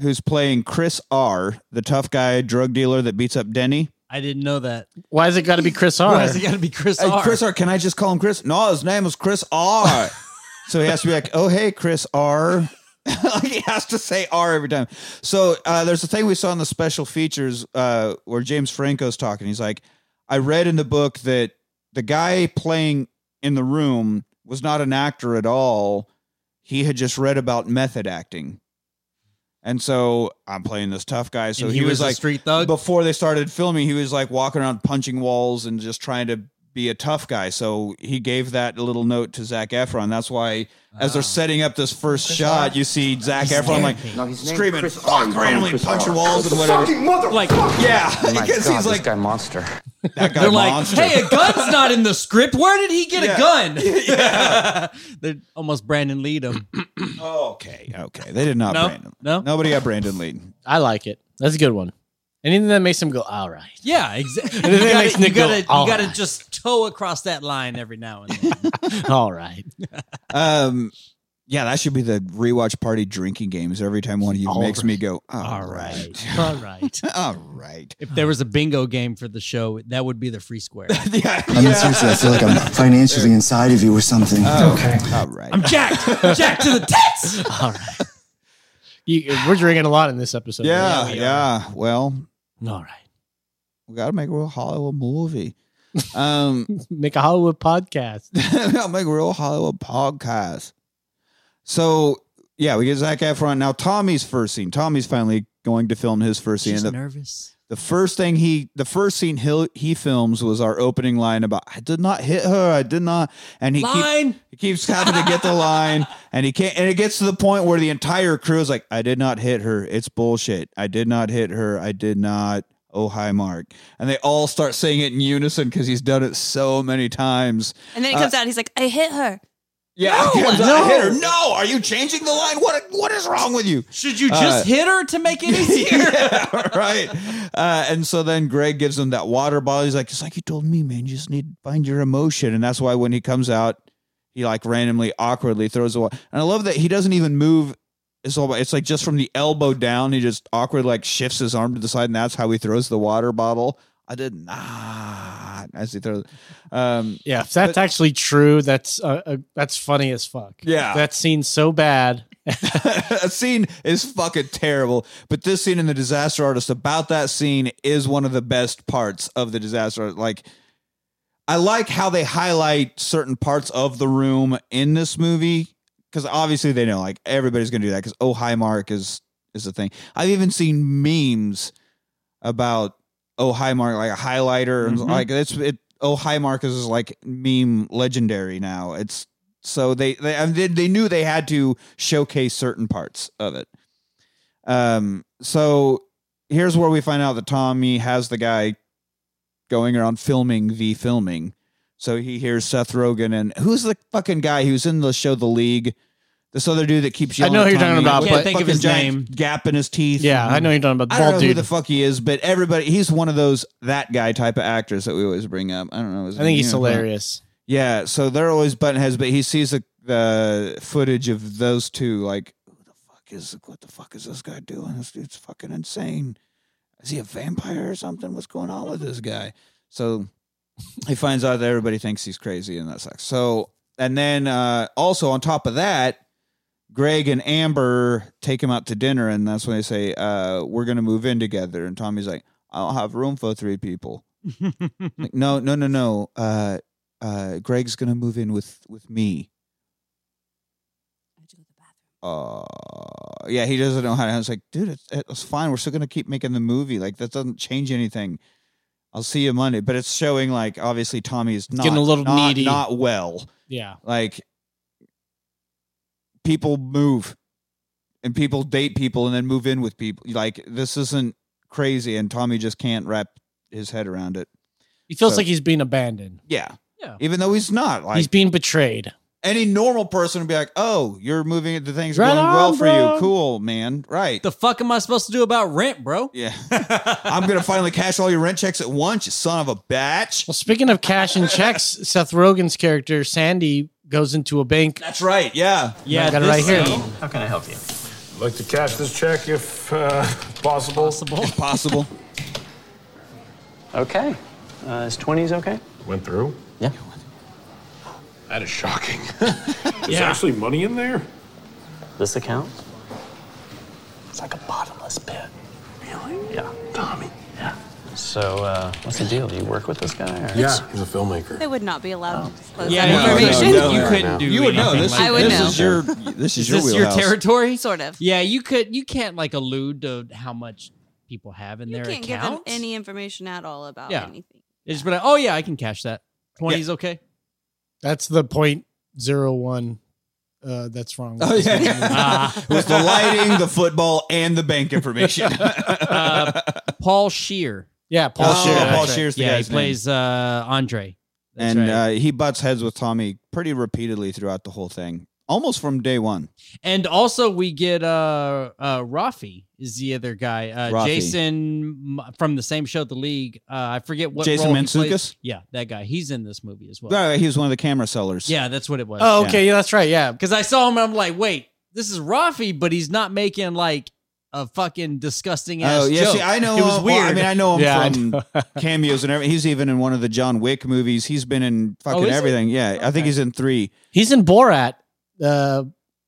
who's playing Chris R, the tough guy drug dealer that beats up Denny. I didn't know that. Why is it got to be Chris R? Why has it got to be Chris Hey, R? Chris R. Can I just call him Chris? No, his name is Chris R. so he has to be like, oh hey, Chris R. Like, he has to say R every time. So uh, there's a thing we saw in the special features uh, where James Franco's talking. He's like, I read in the book that the guy playing in the room was not an actor at all. He had just read about method acting. And so I'm playing this tough guy. So And he, he was, was a like street thug? Before they started filming, he was like walking around punching walls and just trying to be a tough guy. So he gave that little note to Zach Efron. That's why as they're Ah. setting up this first shot, you see Zach Efron like No, his name screaming, Chris "Fuck," R. randomly Chris punching R. walls and whatever. Fucking motherfucker! Like, yeah, Oh my because God, he's this like guy monster. that guy They're like, monster. hey, a gun's not in the script. Where did he get Yeah. a gun? Yeah. They're almost Brandon Lead him. Oh, okay, okay, they did not No, Brandon. No, nobody got Brandon Lee. I like it. That's a good one. Anything that makes him go, all right. Yeah, exactly. And then it You makes gotta, you Nick go, gotta, you "All gotta right." just toe across that line every now and then. All right. Um, yeah, that should be the rewatch party drinking games. Every time one of you makes me go, all right, All right. all right. If there was a bingo game for the show, that would be the free square. I mean, seriously, I feel like I'm financially inside of you or something. okay, Oh, all right. I'm jacked. I'm jacked to the tits. All right. You, we're drinking a lot in this episode. yeah, we yeah, are. Well, All right. we got to make a real Hollywood movie. Um, Make a Hollywood podcast. I'll make a real Hollywood podcast. So yeah, we get Zach Efron now. Tommy's first scene. Tommy's finally going to film his first scene. She's The- nervous. The first thing he, the first scene he he films was our opening line about I did not hit her, I did not, and he keep- Line. he keeps having to get the line, and he can't, and it gets to the point where the entire crew is like, I did not hit her, it's bullshit, I did not hit her, I did not, oh hi Mark, and they all start saying it in unison because he's done it so many times, And then he Uh, comes out. He's like, I hit her. yeah, No, I did not no. hit her. no, are you changing the line? What what is wrong with you? Should you just hit her to make it easier? right. Uh, and so then Greg gives him that water bottle. He's like, it's like you told me, man. You just need to find your emotion. And that's why when he comes out, he like randomly, awkwardly throws the water. And I love that he doesn't even move. It's all. It's like just from the elbow down. He just awkwardly like shifts his arm to the side, and that's how he throws the water bottle. I did not as he throws. Um, Yeah, if that's actually true, that's uh, uh, that's funny as fuck. Yeah. that scene's so bad. that scene is fucking terrible. But this scene in the Disaster Artist about that scene is one of the best parts of the Disaster Artist. Like, I like how they highlight certain parts of the room in this movie because obviously they know like everybody's gonna do that because oh hi Mark is is the thing. I've even seen memes about oh hi Mark like a highlighter and Mhm. like it's it oh hi Mark is like meme legendary now. It's so they they I mean, they, they knew they had to showcase certain parts of it. Um, so here's where we find out that Tommy has the guy going around filming the filming. So he hears Seth Rogen and who's the fucking guy who's in the show The League? This other dude that keeps I yelling. know who at you're talking Tommy, about, with but- the Think of fucking his giant name. Gap in his teeth. Yeah, I know you're talking about the I don't know bald who dude. the fuck he is, but everybody, he's one of those that guy type of actors that we always bring up. I don't know. his I think name. he's You know, hilarious. yeah, so they're always button heads, but he sees the, the footage of those two, like, who the fuck is what the fuck is this guy doing? This dude's fucking insane. Is he a vampire or something? What's going on with this guy? So he finds out that everybody thinks he's crazy, and that sucks. So, and then uh, also on top of that, Greg and Amber take him out to dinner, and that's when they say, uh, "We're going to move in together." And Tommy's like, "I don't have room for three people." like, no, no, no, no. Uh, uh, Greg's going to move in with with me. Uh, yeah, he doesn't know how to. I was like, dude, it's, it's fine. We're still going to keep making the movie. Like that doesn't change anything. I'll see you Monday. But it's showing like obviously Tommy is not Getting a little not, needy. not well. Yeah. Like people move and people date people and then move in with people. Like this isn't crazy and Tommy just can't wrap his head around it. He feels So- like he's being abandoned. Yeah. Yeah. Even though he's not like he's being betrayed. any normal person would be like, "Oh, you're moving into things Right going on, well for bro. you. Cool, man. Right. The fuck am I supposed to do about rent, bro? Yeah. I'm going to finally cash all your rent checks at once, you son of a batch." Well, speaking of cash and checks, Seth Rogen's character Sandy goes into a bank. That's right. Yeah. Yeah, I got it right here. How can I help you? I'd like to cash this check if uh, possible. Possible. possible. Okay. Uh, is 20s okay? Went through? Yeah. That is shocking. There's actually money in there? This account? It's like a bottomless pit. Really? Yeah. Tommy. Yeah. So, uh, what's the deal? Do you work with this guy? Or? Yeah, he's a filmmaker. They would not be allowed Oh. to disclose Yeah, that you information. couldn't- you couldn't do. You would know. anything This like is- that. I would this is know. your- this is your this wheelhouse. your territory, Sort of. Yeah, you could. You can't like allude to how much people have in You their can't give them account. any information at all about Yeah. anything. It's just be like, oh yeah, I can cash that. Twenties, okay. That's the point zero one. Uh, that's wrong. Oh yeah. Ah. With the lighting, the football, and the bank information. Uh, Paul Shear. Yeah, Paul Oh, Scheer. Paul Scheer's the yeah, guy's he plays uh, Andre. That's and right. uh, he butts heads with Tommy pretty repeatedly throughout the whole thing, almost from day one. And also we get uh uh Rafi is the other guy. Uh Rafi. Jason m- from the same show The League. Uh I forget what Jason role he plays. Mantzoukas? Yeah, that guy. He's in this movie as well. Right, he was one of the camera sellers. Yeah, that's what it was. Oh, okay. Yeah, that's right. Yeah. Cuz I saw him and I'm like, "Wait, this is Rafi, but he's not making like a fucking disgusting ass Oh yeah, joke. see, I know. It was him- well, weird. I mean, I know him Yeah, I from cameos and everything. He's even in one of the John Wick movies. He's been in fucking is he? everything. Yeah, I think he's in three. He's in Borat. Uh,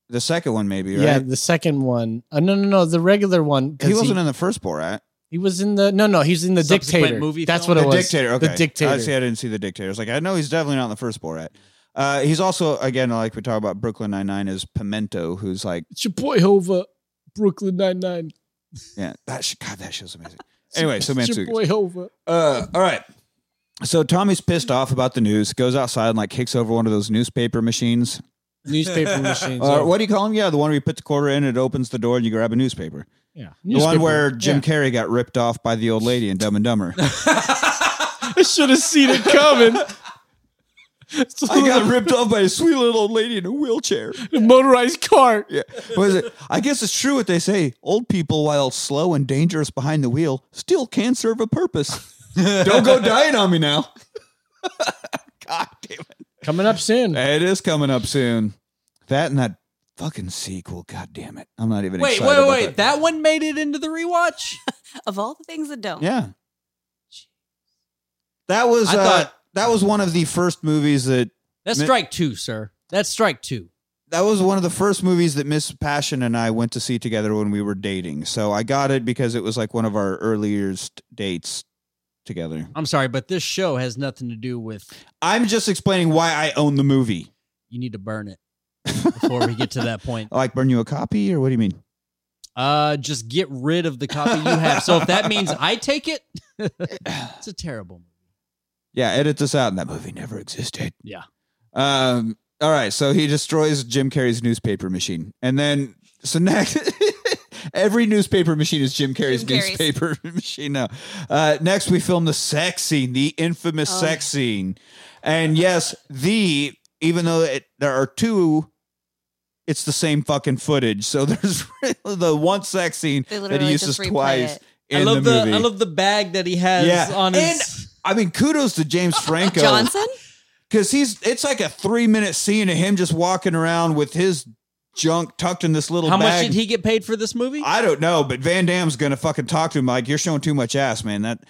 The second one, maybe. Right? Yeah, the second one. Uh, no, no, no, the regular one. 'cause he wasn't in the first Borat. He was in the no, no. He's in the Subsequent dictator movie That's film? what it the was. dictator. Okay, The dictator. I see. I didn't see the dictator. It's like I know he's definitely not in the first Borat. Uh, he's also again like we talk about Brooklyn Nine Nine is Pimento, who's like It's your boy Hova, Brooklyn Nine Nine. yeah that sh- God that show's amazing. anyway, so It's your Mansukas. boy Hova. Uh, all right. So Tommy's pissed off about the news. Goes outside and like kicks over one of those newspaper machines. Newspaper machines, Or yeah. what do you call them? Yeah, the one where you put the quarter in, it opens the door, and you grab a newspaper. Yeah. The one Newspaper. where Jim Yeah. Carrey got ripped off by the old lady in Dumb and Dumber. I should have seen it coming. I got ripped off by a sweet little old lady in a wheelchair. A motorized cart. Yeah. What is it? I guess it's true what they say. Old people, while slow and dangerous behind the wheel, still can serve a purpose. Don't go dying on me now. Coming up soon. It is coming up soon. That and that fucking sequel. God damn it. I'm not even Wait, excited. wait, about wait. That. one made it into the rewatch? of all the things that don't. Yeah. Oh. That was I uh, thought- that was one of the first movies that That's Mi- strike two, sir. That's strike two. That was one of the first movies that Miss Passion and I went to see together when we were dating. So I got it because it was like one of our earliest dates together. I'm sorry, but this show has nothing to do with I'm just explaining why I own the movie. you need to burn it before we get to that point. Like burn you a copy or what do you mean? Uh just get rid of the copy you have. So if that means I take it, it's a terrible movie. Yeah, edit this out and that movie never existed. Yeah. Um all right, so he destroys Jim Carrey's newspaper machine. And then so next every newspaper machine is Jim Carrey's Jim Carrey's. newspaper machine now. Uh next we film the sex scene, the infamous Oh. sex scene. And yes, the even though it, there are two it's the same fucking footage. So there's the one sex scene They that he literally uses just replay twice it. in I love the the, movie. I love the bag that he has on his And, I mean, kudos to James Franco. Johnson? Because he's it's like a three minute scene of him just walking around with his junk tucked in this little How much bag. did he get paid for this movie? I don't know, but Van Damme's gonna fucking talk to him like you're showing too much ass, man. That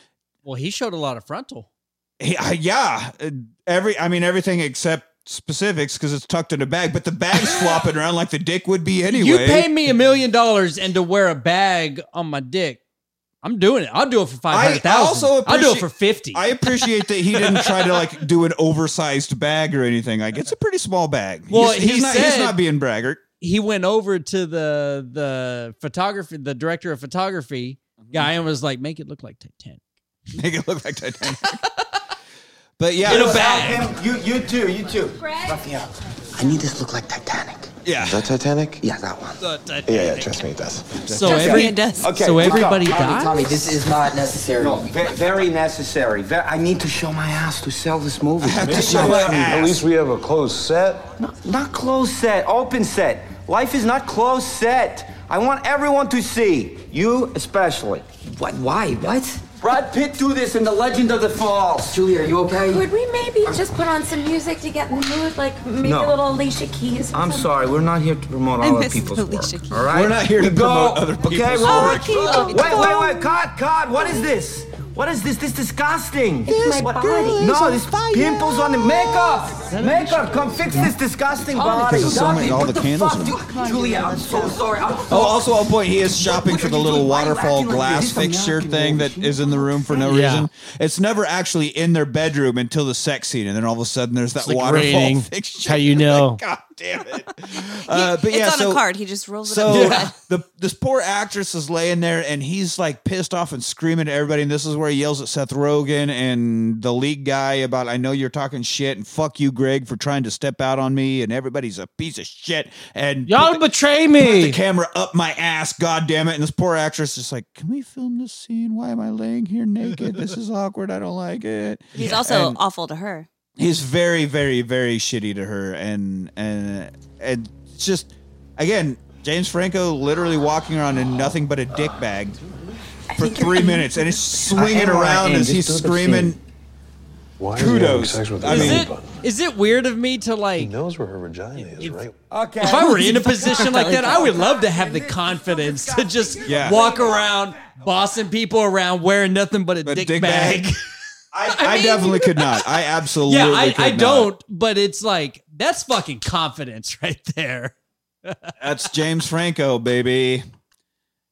Well, he showed a lot of frontal. he, I- yeah, uh, every I mean everything except specifics because it's tucked in a bag, but the bag's flopping around like the dick would be anyway. You pay me a million dollars and to wear a bag on my dick. I'm doing it. I'll do it for five I hundred thousand. also I'll do it appreciate- for fifty. I appreciate that he didn't try to like do an oversized bag or anything. Like it's a pretty small bag. Well, he's, he's he not, he's said- not being braggart. he went over to the the photography, the director of photography Mm-hmm. guy, and was like, "Make it look like Titanic." Make it look like Titanic. But yeah, In a bag. You, you too, you too. Raphael. I need this to look like Titanic. Yeah. Oh, Is that Titanic? Yeah, that one. Yeah, yeah, trust me, it does. So Trust me, every- it does. so Tommy, everybody Tommy, dies? Tommy, this is not necessary. No, ve- very necessary. Ve- I need to show my ass to sell this movie. At least we have a closed set. Not closed set, open set. Life is not closed set. I want everyone to see, you especially. What? Why? What? Brad Pitt do this in The Legend of the Falls. Julie, are you okay? Would we maybe just put on some music to get in the mood, like maybe No. a little Alicia Keys? or Um, I'm something? sorry, we're not here to promote I all other miss people's Alicia work. Keys. All right, We're not here to We promote other Okay, people's well, work. Oh, wait, wait, wait, Cod, Cod, what is this? What is this? This disgusting. It's my What- body. No, this pimples on the makeup. Makeup, come fix this disgusting body. Because of so many- all What the candles fuck in do- Julia, I'm so sorry. I'm Oh, also on point, he is shopping for the little waterfall glass fixture thing that is in the room for no Yeah. reason. It's never actually in their bedroom until the sex scene, and then all of a sudden there's that It's like waterfall raining. fixture. How you know? God damn it! Uh, but it's yeah, on so, a card. He just rolls it So up. Yeah. the this poor actress is laying there, and he's like pissed off and screaming at everybody. And this is where he yells at Seth Rogen and the league guy about, "I know you're talking shit, and fuck you, Greg, for trying to step out on me, and everybody's a piece of shit." And Y'all betray me. Put the camera up my ass, god damn it! And this poor actress is just like, "Can we film this scene? Why am I laying here naked? This is awkward. I don't like it." He's also And- awful to her. he's very very very shitty to her and and and it's just again james franco literally walking around in nothing but a dick bag for three minutes and it's swinging I am around lying. as he's Just do the screaming scene. Why kudos i is mean it is it weird of me to like? He knows where her vagina is, right? If I were in a position like that, I would love to have the confidence to just Yeah. walk around, bossing people around, wearing nothing but a dick, dick bag. bag. I, I definitely could not i absolutely yeah, I, could I not. don't, but it's like that's fucking confidence right there. That's James Franco, baby.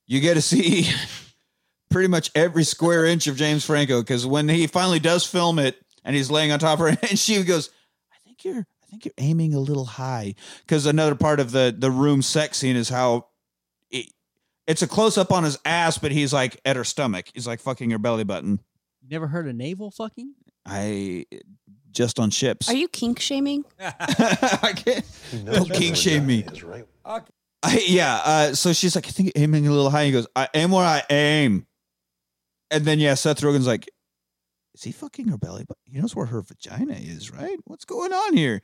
You get to see pretty much every square inch of James Franco because when he finally does film it and he's laying on top of her and she goes, I think you're I think you're aiming a little high because another part of the the room sex scene is how it, it's a close up on his ass, but he's like at her stomach. He's like fucking her belly button. Never heard of navel fucking? I just on ships. Are you kink shaming? Don't king shame me. I, yeah. Uh, so she's like, I think you're aiming a little high. He goes, I aim where I aim. And then yeah, Seth Rogen's like, is he fucking her belly button? He knows where her vagina is, right? What's going on here?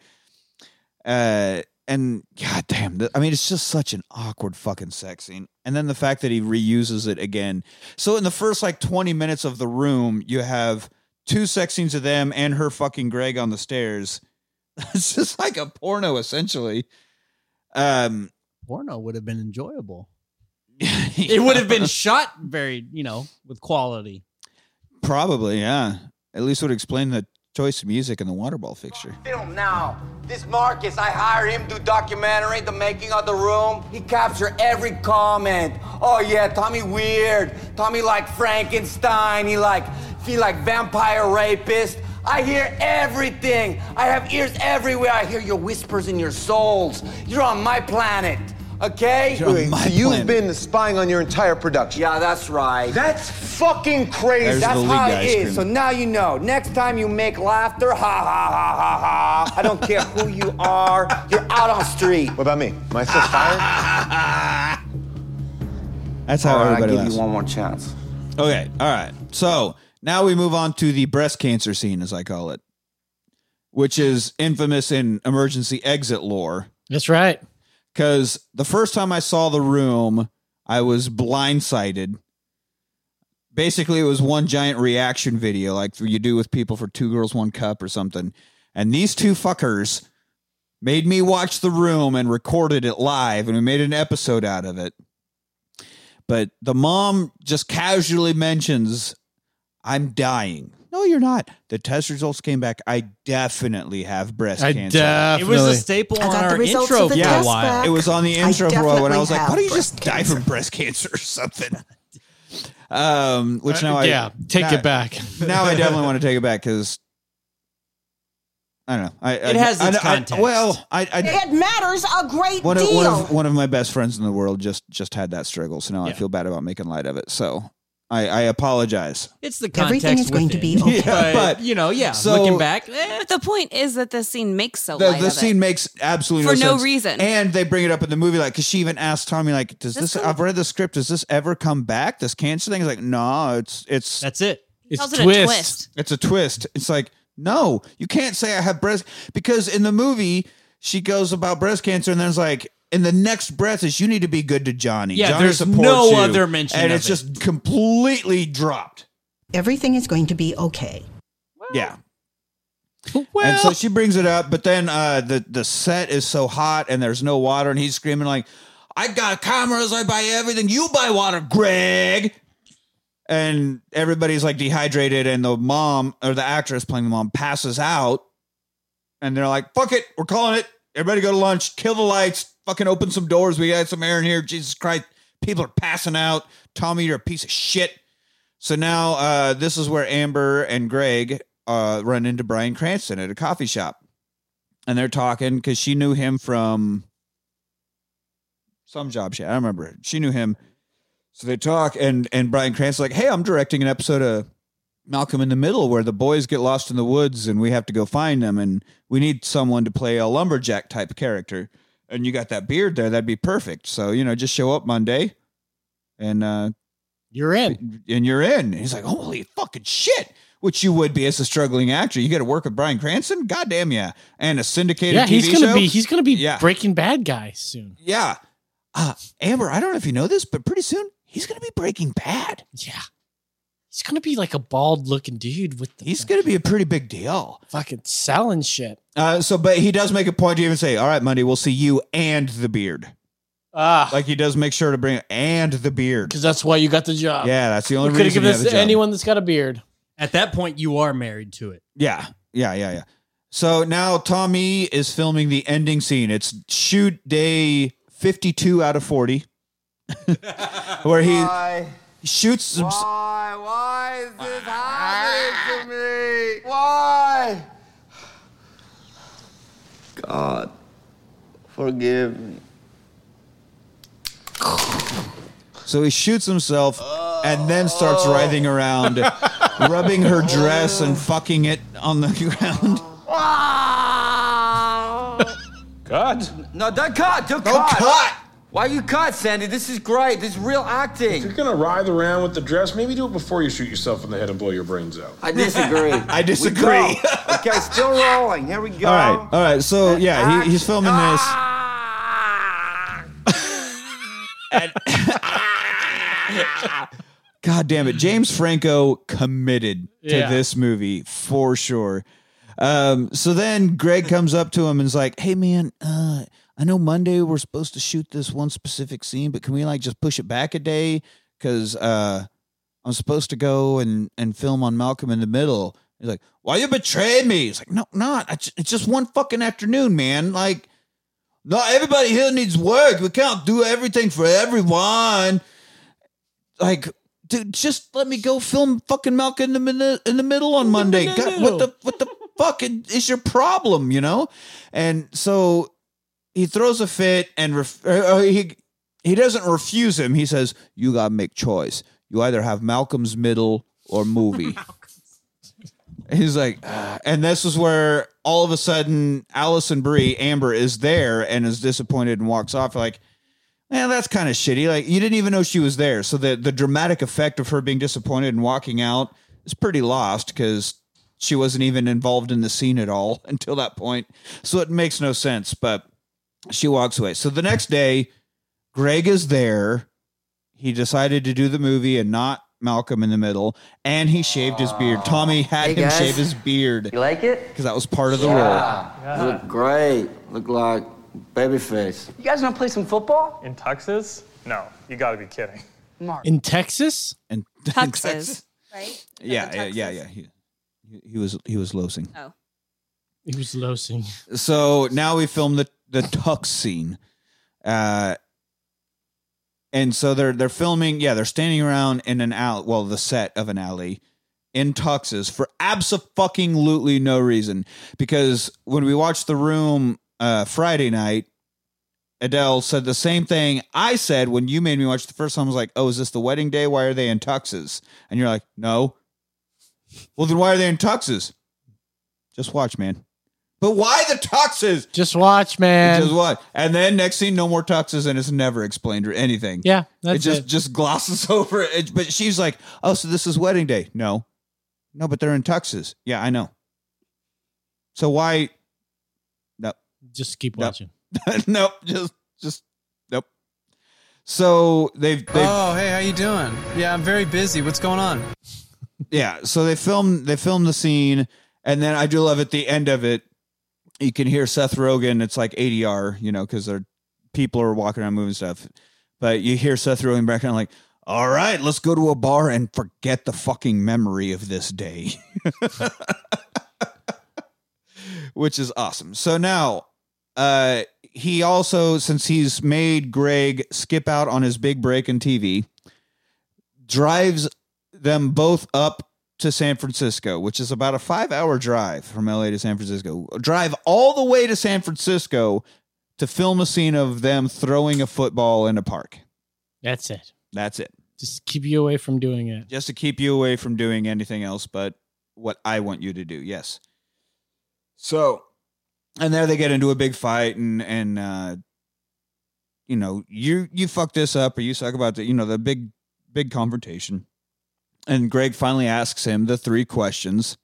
Uh, and god damn, th- I mean, it's just such an awkward fucking sex scene. And then the fact that he reuses it again. So in the first like 20 minutes of the room, you have two sex scenes of them and her fucking Greg on the stairs. It's just like a porno essentially. Um, Porno would have been enjoyable. It would have been shot very, you know, with quality. Probably, yeah. At least would explain the choice of music in the waterball fixture. Film now. This Marcus, I hire him to documentary the making of the room. He capture every comment. Oh yeah, Tommy weird. Tommy like Frankenstein. He like feel like vampire rapist. I hear everything. I have ears everywhere. I hear your whispers in your souls. You're on my planet. Okay? You're on my So you- planet. been spying on your entire production. Yeah, that's right. That's fucking crazy. That's how it is. So now you know. Next time you make laughter, ha ha ha ha ha. I don't care who you are. You're out on street. What about me? Am I still fired? That's how All right, I'll everybody give you laughs. one more chance. Okay, all right. So now we move on to the breast cancer scene, as I call it, which is infamous in emergency exit lore. That's right. Because the first time I saw the room, I was blindsided. Basically, it was one giant reaction video, like you do with people for Two Girls, One Cup or something. And these two fuckers made me watch the room and recorded it live, and we made an episode out of it but the mom just casually mentions, I'm dying. No, you're not. The test results came back. I definitely have breast I cancer. definitely- It was a staple I on got the our results intro of the for a test while. back. It was on the I intro for a while, and I was definitely like, why don't you have just die from breast cancer or something? Um, which Uh, now I yeah, take now- it back. now I definitely want to take it back because I don't know. I, It has I, its I- I- context. well, I, I it matters a great one of, deal. one of one of my best friends in the world just just had that struggle, so now I Yeah. feel bad about making light of it. So I, I apologize. It's the context. Everything is going to be okay. Yeah, but- but you know, yeah. So- looking back, eh, But the point is that the scene makes so The, light the of scene it. makes absolutely For no, no sense. reason. and they bring it up in the movie, like because she even asked Tommy, like, "Does That's this? cool. I've read the script. Does this ever come back? This cancer thing?" He's like, "No, it's it's that's it. It's Tells it a twist. twist. It's a twist. It's like, no, you can't say I have breast because in the movie she goes about breast cancer and there's like in the next breath is you need to be good to Johnny. Yeah, Johnny there's supports no you. other mention And of it's it. just completely dropped. Everything is going to be okay. yeah. and so she brings it up, but then uh, the the set is so hot and there's no water, and he's screaming like, "I got cameras, I buy everything, you buy water, Greg." And everybody's like dehydrated, and the mom or the actress playing the mom passes out, and they're like, "Fuck it, we're calling it. Everybody go to lunch, kill the lights, fucking open some doors. We got some air in here. Jesus Christ, people are passing out. Tommy, you're a piece of shit." So now uh, this is where Amber and Greg uh, run into Brian Cranston at a coffee shop, and they're talking because she knew him from some job. She I don't remember. She knew him, so they talk, and and Brian Cranston's like, "Hey, I'm directing an episode of." Malcolm in the Middle, where the boys get lost in the woods and we have to go find them, and we need someone to play a lumberjack type character. And you got that beard there, that'd be perfect. So, you know, just show up Monday and uh, you're in and you're in. And he's like, holy fucking shit, which you would be as a struggling actor. You got to work with Brian Cranston, goddamn yeah, and a syndicated Yeah, TV he's gonna show? be he's gonna be Yeah. Breaking Bad guy soon. yeah. Uh, Amber, I don't know if you know this, but pretty soon he's gonna be Breaking Bad. Yeah, he's gonna be like a bald looking dude with the he's gonna be a pretty big deal. Fucking selling shit. Uh, so, but he does make a point to even say, "All right, Monday, we'll see you and the beard." Ah, like he does make sure to bring and the beard. because that's why you got the job. Yeah, that's the we only could have reason. given you this have a to job. anyone that's got a beard. At that point, you are married to it. Yeah, yeah, yeah, yeah. So now Tommy is filming the ending scene. It's shoot day fifty-two out of forty, where he shoots some. Why? Why is this happening to me? Why? Forgive me. So he shoots himself and then starts writhing around, rubbing her dress and fucking it on the ground. Cut. No, don't cut. Don't, Oh, cut. Why you cut, Sandy? This is great. This is real acting. You're gonna writhe around with the dress. Maybe do it before you shoot yourself in the head and blow your brains out. I disagree. I disagree. We go. okay, still rolling. Here we go. All right, all right. So yeah, he, he's filming this. God damn it, James Franco committed to Yeah. this movie for sure. Um, so then Greg comes up to him and is like, "Hey man, uh, I know Monday we're supposed to shoot this one specific scene, but can we like just push it back a day? Because uh, I'm supposed to go and and film on Malcolm in the Middle." He's like, "Why you betrayed me?" He's like, "No, not. I ju- it's just one fucking afternoon, man. Like." Not everybody here needs work. We can't do everything for everyone. Like, dude, just let me go film fucking Malcolm in the min- in the middle on Monday. God, what the what the fuck is your problem? You know? And so he throws a fit and ref- uh, uh, he he doesn't refuse him. He says, "You gotta make choice. You either have Malcolm's middle or movie." He's like, "Ah." and this is where all of a sudden Allison Brie Amber is there and is disappointed and walks off. Like, yeah, that's kind of shitty. Like, you didn't even know she was there. So the the dramatic effect of her being disappointed and walking out is pretty lost because she wasn't even involved in the scene at all until that point. So it makes no sense. But she walks away. So the next day, Greg is there. He decided to do the movie and not Malcolm in the Middle, and he shaved his beard. Tommy had Hey, him guys. shave his beard. You like it? Because that was part of the role. You Look great. Look like babyface. You guys want to play some football? In Texas? No, you gotta be kidding. Mark. In Texas? And Texas, right? Yeah, yeah, yeah, yeah. He, he was he was losing. Oh. He was losing. So now we film the the tux scene, uh, and so they're they're filming. Yeah, they're standing around in an alley. Well, the set of an alley in tuxes for absolutely no reason. Because when we watched the room uh, Friday night, Adele said the same thing I said when you made me watch the first time. I was like, "Oh, is this the wedding day? Why are they in tuxes?" And you're like, "No." Well, then why are they in tuxes? Just watch, man. But why the tuxes? Just watch, man. Just watch. And then next scene, no more tuxes, and it's never explained or anything. Yeah, that's it just it. just glosses over it. It- But she's like, "Oh, so this is wedding day?" No, no, but they're in tuxes. Yeah, I know. So why? No, just keep watching. nope, just just nope. So they've, they've Oh, hey, how you doing? Yeah, I'm very busy. What's going on? yeah so they film they film the scene and then i do love at the end of it you can hear seth rogen it's like adr you know because they're people are walking around moving stuff but you hear seth rogen back and like all right let's go to a bar and forget the fucking memory of this day which is awesome so now uh he also since he's made greg skip out on his big break in tv drives them both up to San Francisco, which is about a five hour drive from LA to San Francisco. Drive all the way to San Francisco to film a scene of them throwing a football in a park. That's it. That's it. Just keep you away from doing it. Just to keep you away from doing anything else but what I want you to do. Yes. So, and there they get into a big fight and, and, uh, you know, you you fuck this up or you suck about the you know the big big confrontation. And Greg finally asks him the three questions.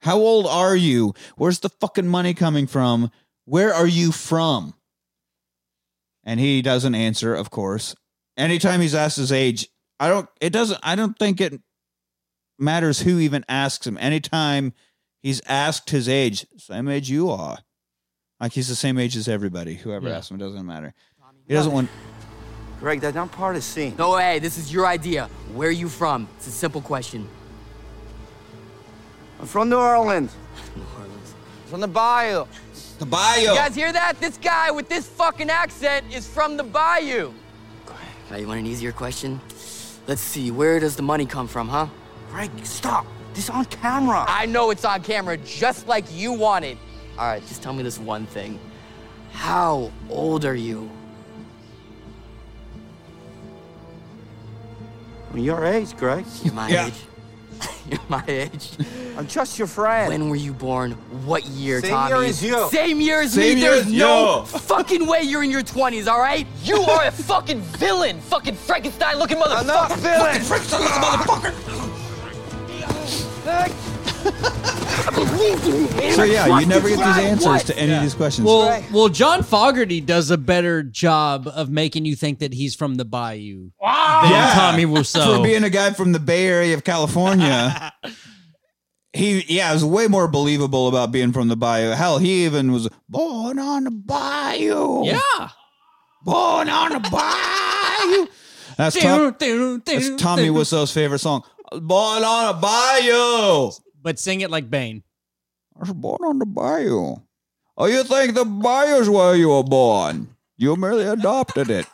How old are you? Where's the fucking money coming from? Where are you from? And he doesn't answer, of course. Anytime he's asked his age, I don't it doesn't I don't think it matters who even asks him. Anytime he's asked his age, same age you are. Like he's the same age as everybody. Whoever Yeah. asks him it doesn't matter. He doesn't want Greg, that's not part of the scene. No, hey, this is your idea. Where are you from? It's a simple question. I'm from New Orleans. From the bayou. The You guys hear that? This guy with this fucking accent is from the bayou. Now, you want an easier question? Let's see, where does the money come from, huh? Greg, stop. This on camera. I know it's on camera, just like you want it. All right, just tell me this one thing. How old are you? Well, your age, Greg. You're my age. You're my age. I'm just your friend. When were you born? What year, Same Tommy? year as you. Same year as Same me. year There's as no you. fucking way you're in your 20s, all right? You are a fucking villain, fucking Frankenstein looking motherfucker. not villain. Frankenstein looking motherfucker. So yeah, you never get these answers What? to any of these questions. Well, well, John Fogerty does a better job of making you think that he's from the Bayou than Tommy Wiseau. Ah. For being a guy from the Bay Area of California, he yeah, it was way more believable about being from the bayou. Hell, he even was born on the bayou. Yeah. Born on the bayou. That's, Tom, that's Tommy Wiseau's favorite song. Born on a bayou. But sing it like Bane. I was born on the bayou. Oh, you think the bayou's where you were born? You merely adopted it.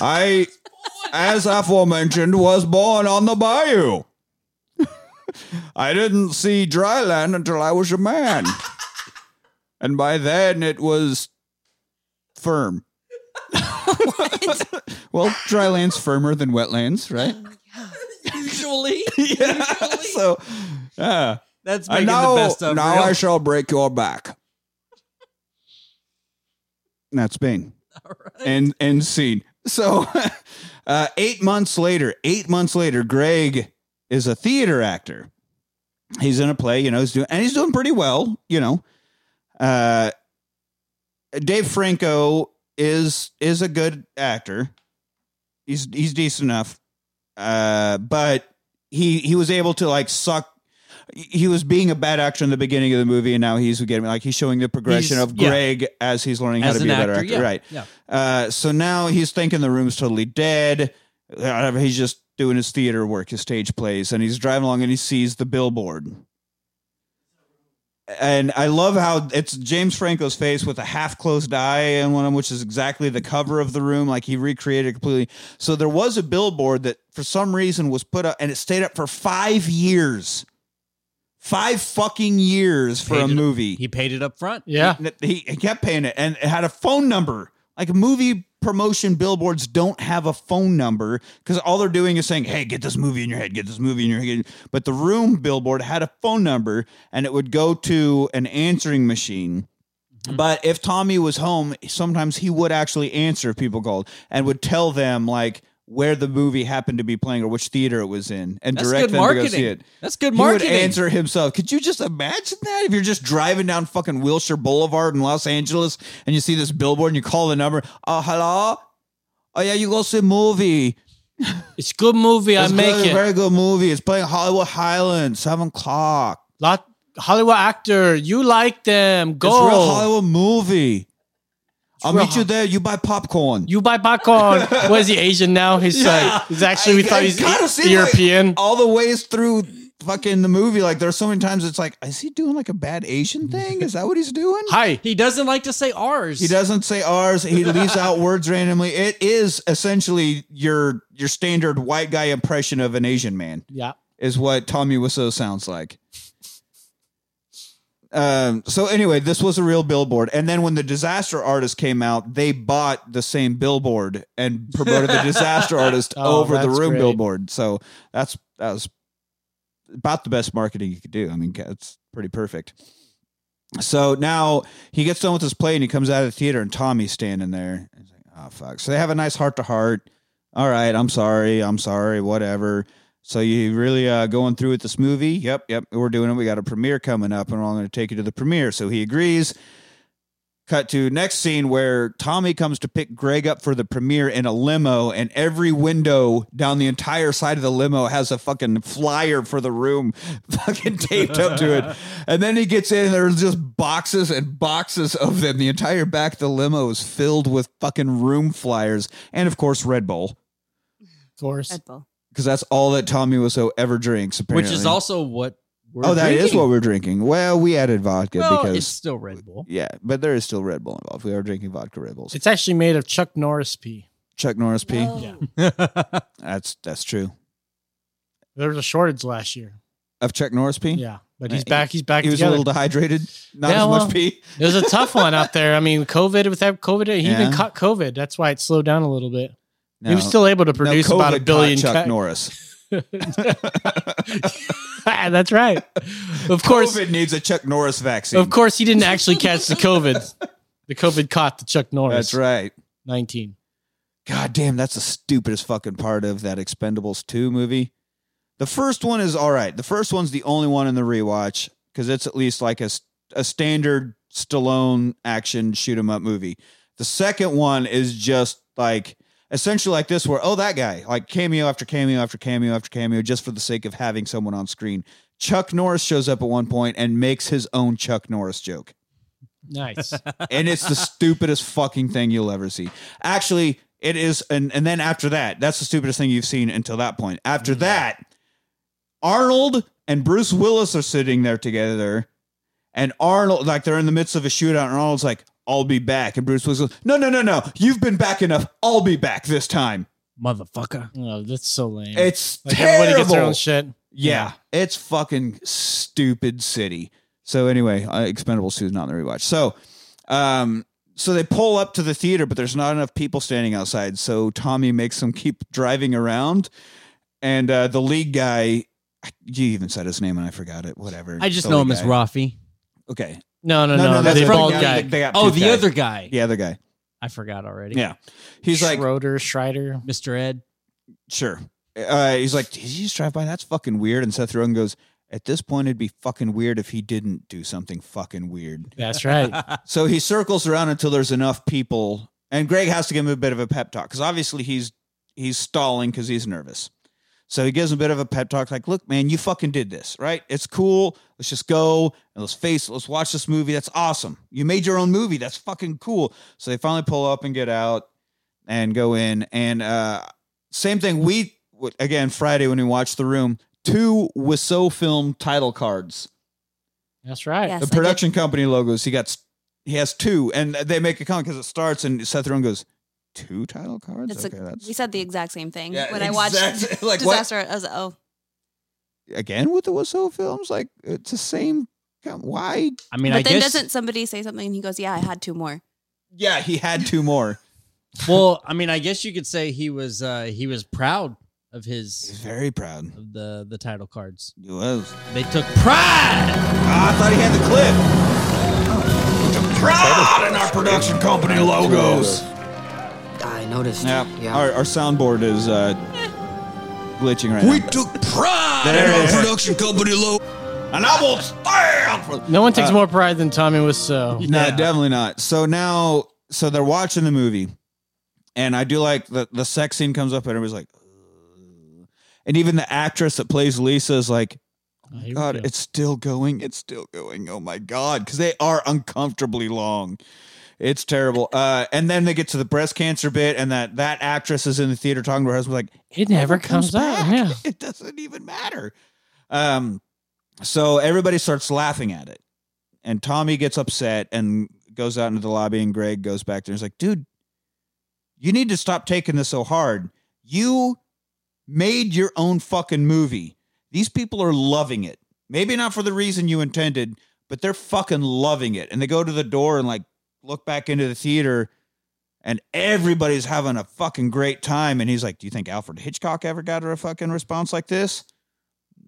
I, as aforementioned, was born on the bayou. I didn't see dry land until I was a man. And by then it was firm. well, dry land's firmer than wetlands, right? Usually. So, yeah. That's I making know. the best of now real. I shall break your back. That's Bane. And and scene. So uh, eight months later, eight months later, Greg is a theater actor. He's in a play, you know, he's doing and he's doing pretty well, you know. Uh Dave Franco is is a good actor. He's he's decent enough. Uh but he he was able to like suck he was being a bad actor in the beginning of the movie, and now he's getting like he's showing the progression He's- of yeah. Greg as he's learning how As to be an a better actor, actor, yeah, right? yeah. Uh, so now he's thinking the room's totally dead. Uh, He's just doing his theater work, his stage plays, and he's driving along and he sees the billboard. And I love how it's James Franco's face with a half closed eye in one of them, which is exactly the cover of the room. Like he recreated it completely. So there was a billboard that for some reason was put up and it stayed up for five years. Five fucking years for a Paid it- movie. He paid it up front. He, he kept paying it and it had a phone number. Like movie promotion billboards don't have a phone number because all they're doing is saying, hey, get this movie in your head, get this movie in your head. But the room billboard had a phone number and it would go to an answering machine. Mm-hmm. But if Tommy was home, sometimes he would actually answer if people called and would tell them, like, where the movie happened to be playing or which theater it was in and That's direct good them to go see marketing. it. That's good He would marketing. answer himself. Could you just imagine that? If you're just driving down fucking Wilshire Boulevard in Los Angeles and you see this billboard and you call the number, oh, hello? Oh, yeah, you go see a movie. It's a good movie. I It's make good, it. Very good movie. It's playing Hollywood Highlands, 7 o'clock. Lot Hollywood actor. You like them. Go. It's a real Hollywood movie. I'll real meet you there. You buy popcorn. You buy popcorn. what is he Asian now? He's like he's actually we I- thought I he's gotta E- see, like, European. all the ways through fucking the movie. Like there's so many times it's like, is he doing like a bad Asian thing? Is that what he's doing? Hi. He doesn't like to say ours. He doesn't say ours. He leaves out words randomly. It is essentially your your standard white guy impression of an Asian man. Yeah. Is what Tommy Wiseau sounds like. Um, so anyway, this was a real billboard. And then when the disaster artist came out, they bought the same billboard and promoted the disaster artist Oh, over the that's room great. billboard. So that's that was about the best marketing you could do. I mean, it's pretty perfect. So now he gets done with his play and he comes out of the theater and Tommy's standing there. He's like, oh fuck. So they have a nice heart to heart. All right, I'm sorry, I'm sorry, whatever. So you really uh, going through with this movie? Yep, yep, we're doing it. We got a premiere coming up, and we're all going to take you to the premiere. So he agrees. Cut to next scene where Tommy comes to pick Greg up for the premiere in a limo, and every window down the entire side of the limo has a fucking flyer for the room fucking taped up to it. And then he gets in, and there's just boxes and boxes of them. The entire back of the limo is filled with fucking room flyers, and of course, Red Bull, Of course. because that's all that Tommy Wiseau ever drinks, apparently. Which is also what we're oh, that is drinking. what we're drinking. Well, we added vodka Well, because it's still Red Bull. yeah, but there is still Red Bull involved. We are drinking vodka Red Bulls. It's actually made of Chuck Norris pee. Chuck Norris P. Yeah. That's that's true. There was a shortage last year. Of Chuck Norris P. Yeah. But he's back. He's back. He was a together. little dehydrated. Not as much pee. it was a tough one out there. I mean, COVID with that COVID, he Yeah. even caught COVID. That's why it slowed down a little bit. he was No. still able to No, produce COVID about a caught billion. Chuck ca- Norris. That's right. Of course, COVID needs a Chuck Norris vaccine. Of course, he didn't actually catch the COVID. The COVID caught the Chuck Norris. That's right. 19. God damn, that's the stupidest fucking part of that Expendables 2 movie. The first one is all right. The first one's the only one in the rewatch because it's at least like a, s- a standard Stallone action shoot 'em up movie. The second one is just like essentially like this, where oh that guy like cameo after cameo after cameo after cameo just for the sake of having someone on screen. Chuck Norris shows up at one point and makes his own Chuck Norris joke Nice. and it's the stupidest fucking thing you'll ever see. Actually, it is, and and then after that, that's the stupidest thing you've seen until that point. Mm-hmm. After that, Arnold and Bruce Willis are sitting there together, and Arnold like they're in the midst of a shootout, and Arnold's like, "I'll be back," and Bruce Willis, goes, "No, no, no, no, you've been back enough. I'll be back this time." Motherfucker. Oh, that's so lame. It's Like, everybody gets their terrible. own shit. Yeah, it's fucking stupid city. So anyway, uh, Expendables two is not in the rewatch. So, um, so they pull up to the theater, but there's not enough people standing outside. So Tommy makes them keep driving around, and uh, the league guy, you even said his name and I forgot it. Whatever. I just The know him league as guy. Rafi. Okay. No, no, no. that's the from bald the- guy. they got Oh, tooth the other guy. The other guy. I forgot already. Yeah. He's like Schroeder, Schreider, Mr. Ed. Sure. Uh, he's like, did you just drive by? That's fucking weird. And Seth Rogen goes, at this point, it'd be fucking weird if he didn't do something fucking weird. That's right. so he circles around until there's enough people, and Greg has to give him a bit of a pep talk because obviously he's he's stalling because he's nervous. So he gives him a bit of a pep talk, like, "Look, man, you fucking did this, right? It's cool. Let's just go and let's face it. Let's watch this movie. That's awesome. You made your own movie. That's fucking cool." So they finally pull up and get out and go in, and uh, same thing. We again Friday when we watched the room, two Wiseau film title cards That's right. the production company logos. He got s- he has two, and they make a comment because it starts and Seth Rogen goes two title cards. It's okay, like- that's we said the exact same thing Yeah, when I watched exactly. Like, what? Disaster. I was like, oh, again with the Wiseau films. Like it's the same. com- Why? I but then doesn't somebody say something and he goes, yeah, I had two more. yeah, he had two more. well, I mean, I guess you could say he was uh he was proud of his very proud of the the title cards. He was. They took pride. Ah, I thought he had the clip. Proud in our production company logos. I noticed. Yeah, Our, our soundboard is uh, glitching right now. took pride There it is. production company low. And I will stand for No one takes Uh, more pride than Tommy Wiseau. No, definitely not. So now, so they're watching the movie, and I do like the the sex scene comes up, and everybody's like, "Ugh." and even the actress that plays Lisa is like, "Oh my God, it's still going, it's still going. Oh my God, because they are uncomfortably long. It's terrible. Uh, and then they get to the breast cancer bit, and that that actress is in the theater talking to her husband, like, It never comes back. Yeah. it doesn't even matter. Um, so everybody starts laughing at it, and Tommy gets upset and goes out into the lobby, and Greg goes back there and is like, "Dude, you need to stop taking this so hard. You made your own fucking movie. These people are loving it. Maybe not for the reason you intended, but they're fucking loving it." And they go to the door and like look back into the theater. And everybody's having a fucking great time. And he's like, Do you think Alfred Hitchcock ever got a fucking response like this?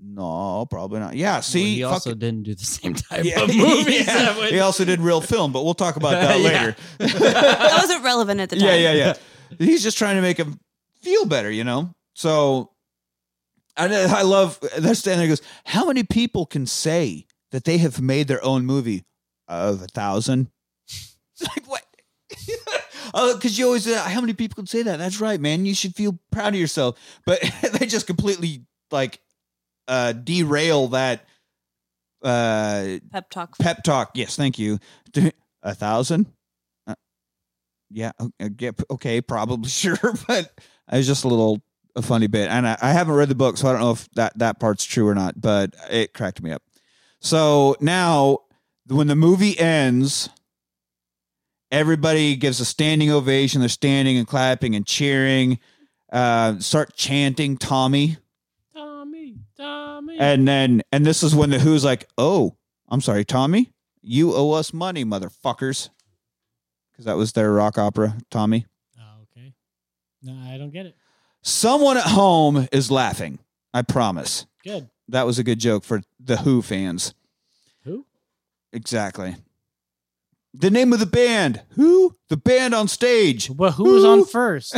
No, probably not. Yeah, see, he fuck- also didn't do the same type Yeah, of movies. yeah. that would- He also did real film, but we'll talk about that Yeah. later. that wasn't relevant at the time. Yeah, yeah, yeah. He's just trying to make him feel better, you know? So I, I love, they're standing there, he goes, How many people can say that they have made their own movie of a thousand? Because Oh, you always say, How many people can say that? That's right, man. You should feel proud of yourself. But they just completely like uh, derail that uh, Pep talk. pep talk. Yes, thank you. A thousand. Uh, yeah. o- uh, yeah, p- Okay. Probably sure, but it was just a little a funny bit, and I, I haven't read the book, so I don't know if that that part's true or not. But it cracked me up. So now, when the movie ends, everybody gives a standing ovation. They're standing and clapping and cheering. Uh, start chanting Tommy. Tommy. Tommy. And then and this is when the Who's like, "Oh, I'm sorry, Tommy, you owe us money, motherfuckers," because that was their rock opera, Tommy. Oh, no, I don't get it. Someone at home is laughing. I promise. Good. That was a good joke for the Who fans. Who? Exactly. The name of the band. Who? The band on stage. Well, who was on first?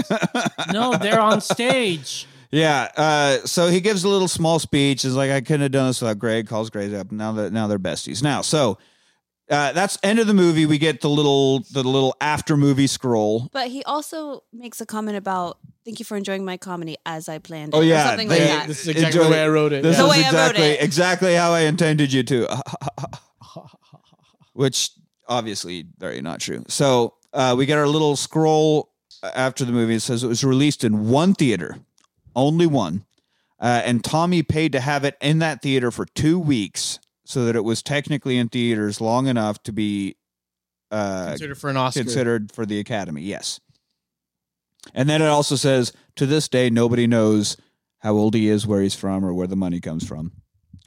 no, they're on stage. Yeah. Uh, so he gives a little small speech. Is like, I couldn't have done this without Greg. Calls Greg up. Now that now they're besties. Now, so uh, that's end of the movie. We get the little the little after movie scroll. But he also makes a comment about thank you for enjoying my comedy as I planned. it," Oh or yeah, something they- like that. This is exactly the way I wrote it. This Yeah. is The way I wrote exactly exactly how I intended you to. Which obviously very not true. So uh, we get our little scroll after the movie. It says it was released in one theater, only one, uh, and Tommy paid to have it in that theater for two weeks, so that it was technically in theaters long enough to be uh, Considered for an Oscar. Considered for the Academy. Yes. And then it also says, to this day, nobody knows how old he is, where he's from, or where the money comes from.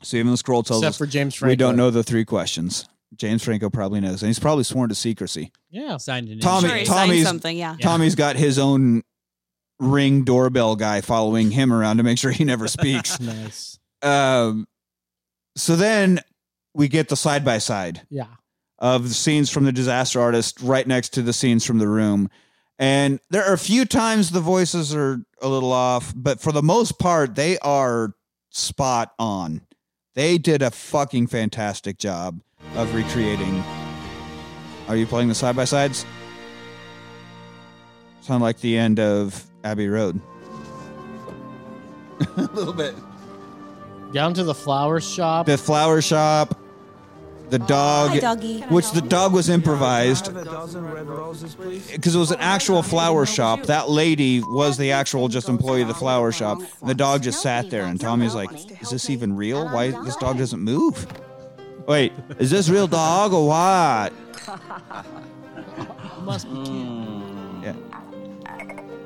So even the scroll tells Except us for James we don't Franco. know the three questions. James Franco probably knows, and he's probably sworn to secrecy. Yeah, signed an Tommy, Sure, he signed Tommy's something, yeah. Tommy's got his own ring doorbell guy following him around to make sure he never speaks. nice. Um, so then we get the side by side Yeah. of the scenes from the disaster artist right next to the scenes from the room. And there are a few times the voices are a little off, but for the most part, they are spot on. They did a fucking fantastic job of recreating. Are you playing the side by sides? Sound like the end of Abbey Road. a little bit. Down to the flower shop. The flower shop, the dog, hi, doggy. Can I which the dog was improvised. A dozen red roses, please. because it was an actual flower shop. That lady was the actual just employee of the flower shop. And the dog just sat there, and Tommy's like, "Is this even real? Why this dog doesn't move? Wait, is this real dog or what?" Must be Mm. Yeah.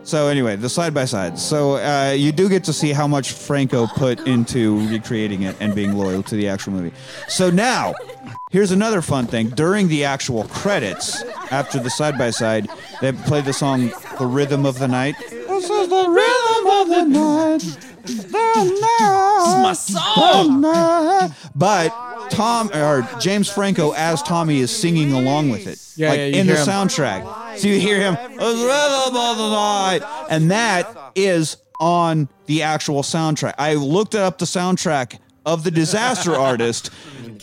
So anyway, the side by side. So uh, you do get to see how much Franco put into recreating it and being loyal to the actual movie. So now, here's another fun thing. During the actual credits, after the side by side, they play the song "The Rhythm of the Night." This is the rhythm of the night. my song. But Tom or James Franco as Tommy is singing along with it, Yeah, like yeah, you in the hear him. soundtrack. So you hear him, and that is on the actual soundtrack. I looked up the soundtrack of the Disaster Artist.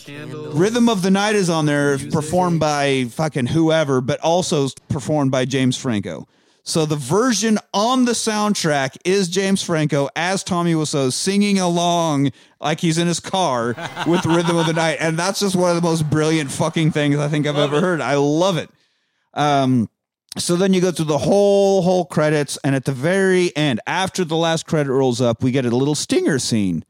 Rhythm of the Night is on there, performed by fucking whoever, but also performed by James Franco. So the version on the soundtrack is James Franco as Tommy Wiseau singing along like he's in his car with Rhythm of the Night, and that's just one of the most brilliant fucking things I think I've ever heard. I love it. Um, so then you go through the whole whole credits, and at the very end, after the last credit rolls up, we get a little stinger scene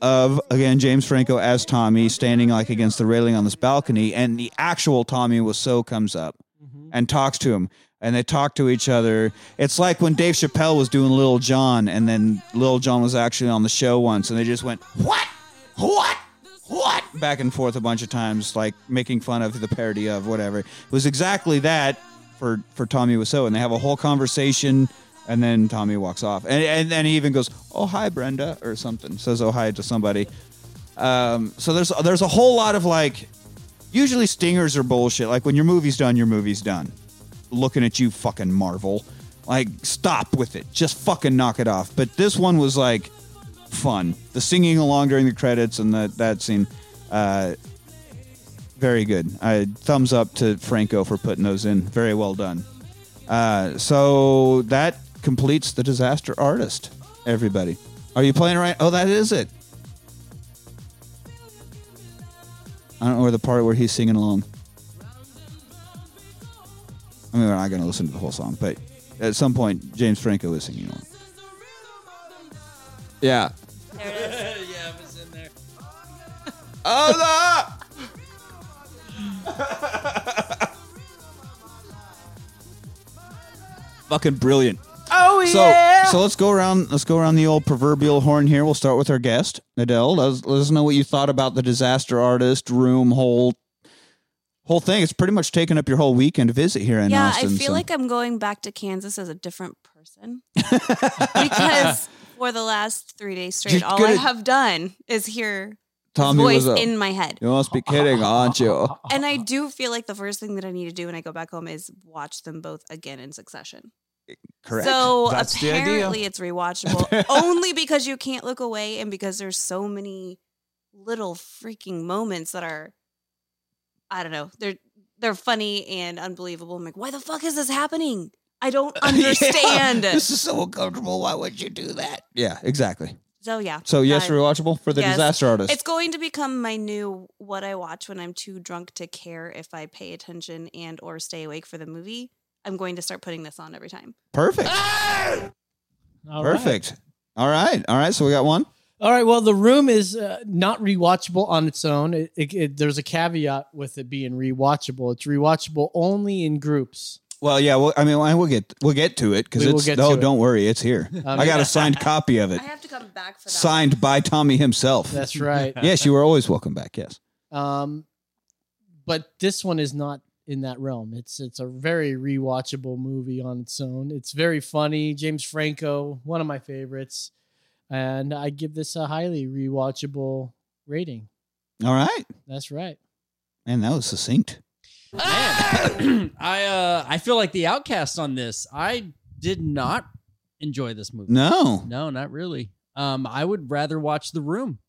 of again James Franco as Tommy standing like against the railing on this balcony, and the actual Tommy Wiseau comes up Mm-hmm. and talks to him, and they talk to each other. It's like when Dave Chappelle was doing Little John, and then Little John was actually on the show once, and they just went what, what, what back and forth a bunch of times, like making fun of the parody of whatever. It was exactly that for for Tommy Wiseau, and they have a whole conversation. And then Tommy walks off, and and then he even goes, "Oh hi, Brenda," or something. Says "Oh hi" to somebody. Um, so there's there's a whole lot of like, usually stingers are bullshit. Like when your movie's done, your movie's done. Looking at you, fucking Marvel. Like stop with it. Just fucking knock it off. But this one was like fun. The singing along during the credits and that that scene. Uh, very good. Uh, thumbs up to Franco for putting those in. Very well done. Uh, so that completes the disaster artist. Everybody, are you playing right? Oh, that is it. I don't know where the part where he's singing along. I mean, we're not going to listen to the whole song, but at some point, James Franco is singing along. Yeah. yeah, it was in there. Oh Fucking brilliant. Oh so, yeah. So let's go around. Let's go around the old proverbial horn here. We'll start with our guest, Adele. Let us, let us know what you thought about the disaster artist room whole whole thing. It's pretty much taken up your whole weekend visit here in yeah, Austin. I feel so- like I'm going back to Kansas as a different person because for the last three days straight, Just all I gonna- have done is hear Tommy voice was Oh. a- in my head. You must be kidding, aren't you? And I do feel like the first thing that I need to do when I go back home is watch them both again in succession. Correct. So That's the idea. apparently it's rewatchable only because you can't look away and because there's so many little freaking moments that are I don't know. They're they're funny and unbelievable. I'm like, why the fuck is this happening? I don't understand. This is so uncomfortable. Why would you do that? Yeah, exactly. So yeah. So yes, Uh, rewatchable for the yes. disaster artist. It's going to become my new what I watch when I'm too drunk to care if I pay attention and or stay awake for the movie. I'm going to start putting this on every time. Perfect. Perfect. All right. All right. So we got one. All right. Well, the room is uh, not rewatchable on its own. It, it, it, there's a caveat with it being rewatchable. It's rewatchable only in groups. Well, yeah. Well, I mean, we'll get we'll get to it because We will it's get no. to it. Don't worry, it's here. Um, I got a signed copy of it. I have to come back for that. Signed by Tommy himself. That's right. yes, you are always welcome back. Yes. Um, but this one is not in that realm. It's it's a very rewatchable movie on its own. It's very funny. James Franco, one of my favorites, and I give this a highly rewatchable rating. All right. That's right. Man, that was succinct. I uh, I feel like the outcast on this. I did not enjoy this movie. No. no, not really. Um, I would rather watch The Room.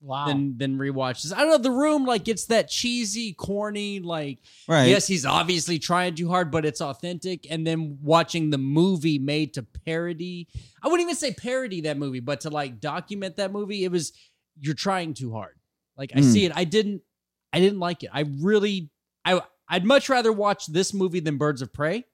Wow. Than than rewatch this. I don't know. The Room like it's that cheesy, corny like. Right. Yes, he's obviously trying too hard, but it's authentic. And then watching the movie made to parody. I wouldn't even say parody that movie, but to like document that movie, it was you're trying too hard. Like I Mm. see it. I didn't. I didn't like it. I really. I I'd much rather watch this movie than Birds of Prey.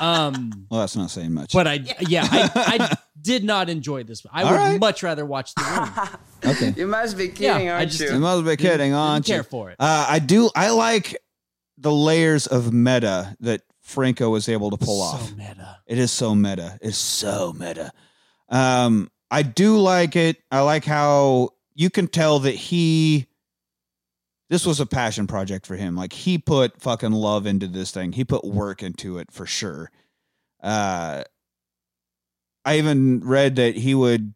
Um, Well, that's not saying much. but I yeah I, I did not enjoy this. I All would right. much rather watch the room. okay. You must be Yeah, kidding, I aren't just- you? You must be kidding, Didn't- aren't didn't you? care for it. Uh, I do. I like the layers of meta that Franco was able to pull So off. Meta. It is so meta. It's so meta. Um, I do like it. I like how you can tell that he. This was a passion project for him. Like he put fucking love into this thing. He put work into it for sure. Uh, I even read that he would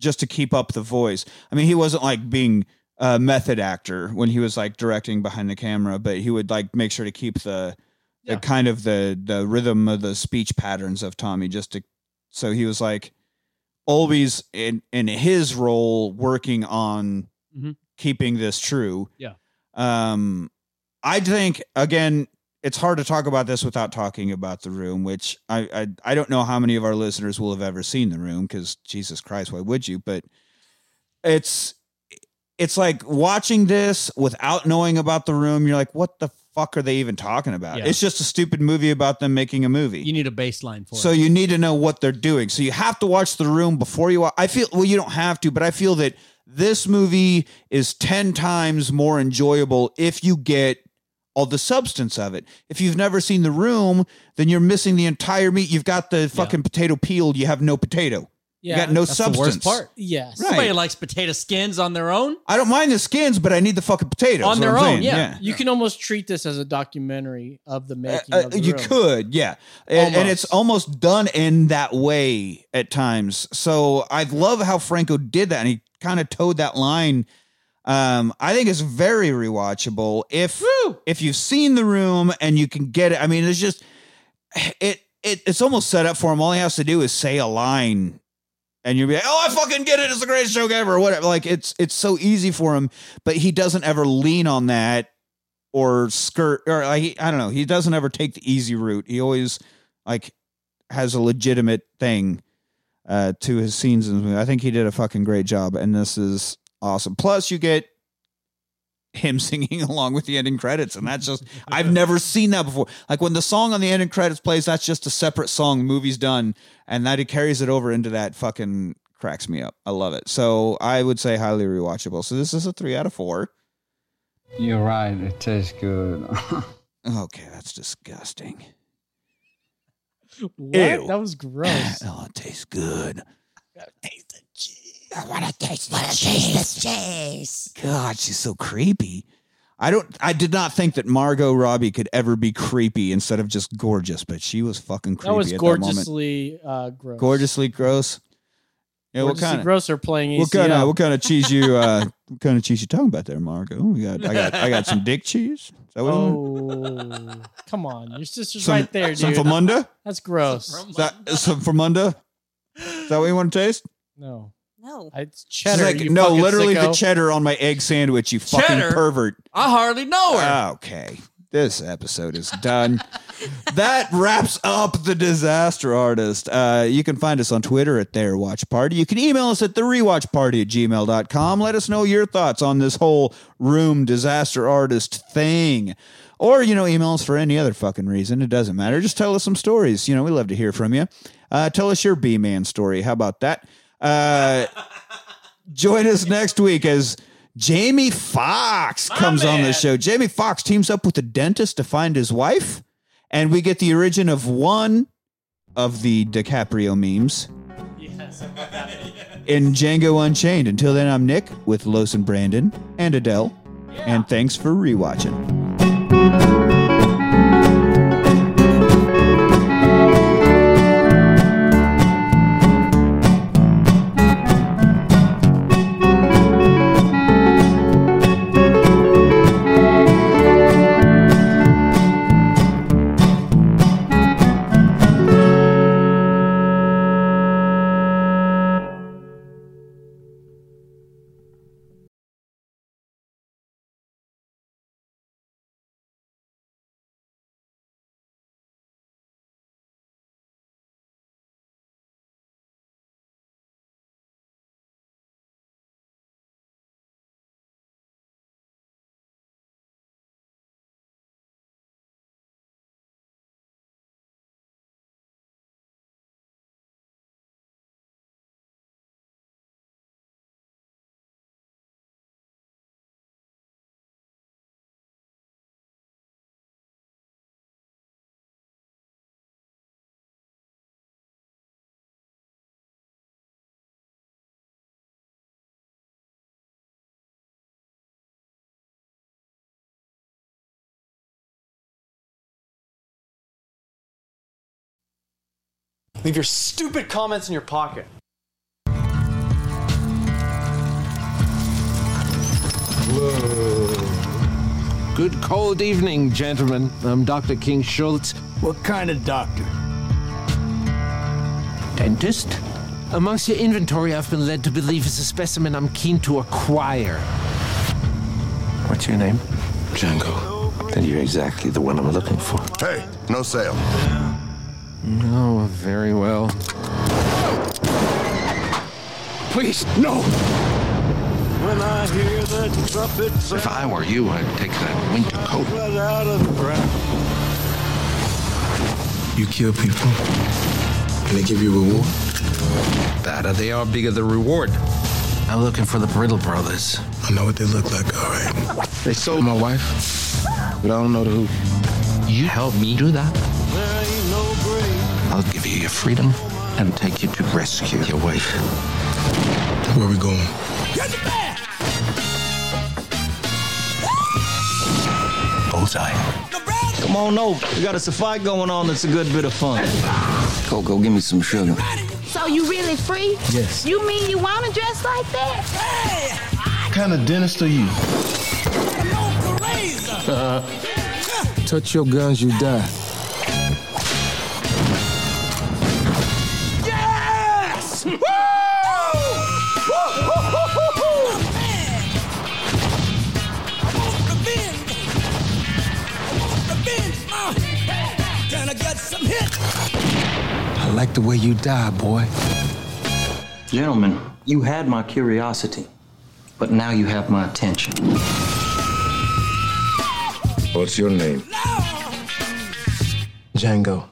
just to keep up the voice. I mean, he wasn't like being a method actor when he was like directing behind the camera, but he would like make sure to keep the the kind of the the rhythm of the speech patterns of Tommy just to so he was like always in in his role working on Mhm. keeping this true. Yeah. Um, I think again, it's hard to talk about this without talking about the room, which I I, I don't know how many of our listeners will have ever seen the room because Jesus Christ, why would you? But it's it's like watching this without knowing about the room. You're like, what the fuck are they even talking about? Yeah. It's just a stupid movie about them making a movie. You need a baseline for So it. you need to know what they're doing. So you have to watch the room before you. Watch. I feel well, you don't have to, but I feel that this movie is ten times more enjoyable if you get all the substance of it. If you've never seen the room, then you're missing the entire meat. You've got the fucking potato peeled. You have no potato. you got no That's the worst substance. part. Yes. Somebody likes potato skins on their own. I don't mind the skins, but I need the fucking potatoes. On is what their I'm own, saying. yeah. You can almost treat this as a documentary of the making. Uh, of the you room. could, yeah, and, and it's almost done in that way at times. So I love how Franco did that, and he kind of towed that line. Um, I think it's very rewatchable if if you've seen the room and you can get it. I mean, it's just it, it it's almost set up for him. All he has to do is say a line and you'll be like, "Oh, I fucking get it! It's the greatest joke ever!" Whatever. Like it's it's so easy for him, but he doesn't ever lean on that or skirt or like I don't know. He doesn't ever take the easy route. He always like has a legitimate thing uh, to his scenes in the movie. I think he did a fucking great job, and this is awesome. Plus, you get him singing along with the ending credits and that's just i've never seen that before like when the song on the ending credits plays that's just a separate song movie's done and that he carries it over into that fucking cracks me up i love it so i would say highly rewatchable so this is a three out of four You're right. It tastes good. okay that's disgusting What? Ew. That was gross. oh, it tastes good. I want to taste the cheese. cheese. God, she's so creepy. I don't. I did not think that Margot Robbie could ever be creepy instead of just gorgeous, but she was fucking creepy. That was at That moment. gorgeously uh, gross. Gorgeously gross. Yeah, what Gorgeously kind of gross are playing What kind ACL. of what kind of cheese you uh, what kind of cheese you talking about there, Margot? We got I got I got some dick cheese. Is that what you want? Oh, come on. Your sister's Some- right there, dude. some Famunda? That's gross. Is that is some Fermunda? Is that what you want to taste? No. No. It's She's cheddar. like, you no, fucking literally the sicko. cheddar on my egg sandwich. You fucking Cheddar? pervert. I hardly know her. Okay. This episode is done. that wraps up the disaster artist. Uh, you can find us on Twitter at their watch party. You can email us at the rewatch party at gmail.com. Let us know your thoughts on this whole room disaster artist thing. Or, you know, email us for any other fucking reason. It doesn't matter. Just tell us some stories. You know, we love to hear from you. Uh, tell us your B Man story. How about that? Uh, join us next week as Jamie Fox comes on the show. Jamie Fox teams up with a dentist to find his wife, and we get the origin of one of the DiCaprio memes in Django Unchained. Until then, I'm Nick with Los and Brandon and Adele, and thanks for rewatching. Leave your stupid comments in your pocket. Good cold evening, gentlemen. I'm Dr. King Schultz. What kind of doctor? Dentist? Amongst your inventory, I've been led to believe is a specimen I'm keen to acquire. What's your name? Django. Then you're exactly the one I'm looking for. Hey, no sale. No, very well. Please, no! When I hear the trumpets If I were you, I'd take that winter coat. out of breath. You kill people. Can they give you reward? Better they are, bigger the reward. I'm looking for the Brittle Brothers. I know what they look like, all right. They sold my wife, but I don't know to who. You help me do that? There ain't no grave. I'll give you your freedom and take you to rescue your wife. Where are we going? Bullseye. Come on over. We got a fight going on that's a good bit of fun. Coco, give me some sugar. So you really free? Yes. You mean you want to dress like that? What kind of dentist are you? touch your guns, you die. Yes! Woo! Woo-hoo-hoo-hoo-hoo! Can I get some hit? I like the way you die, boy. Gentlemen, you had my curiosity, but now you have my attention. What's your name? Django.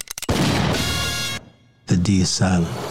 The D is silent.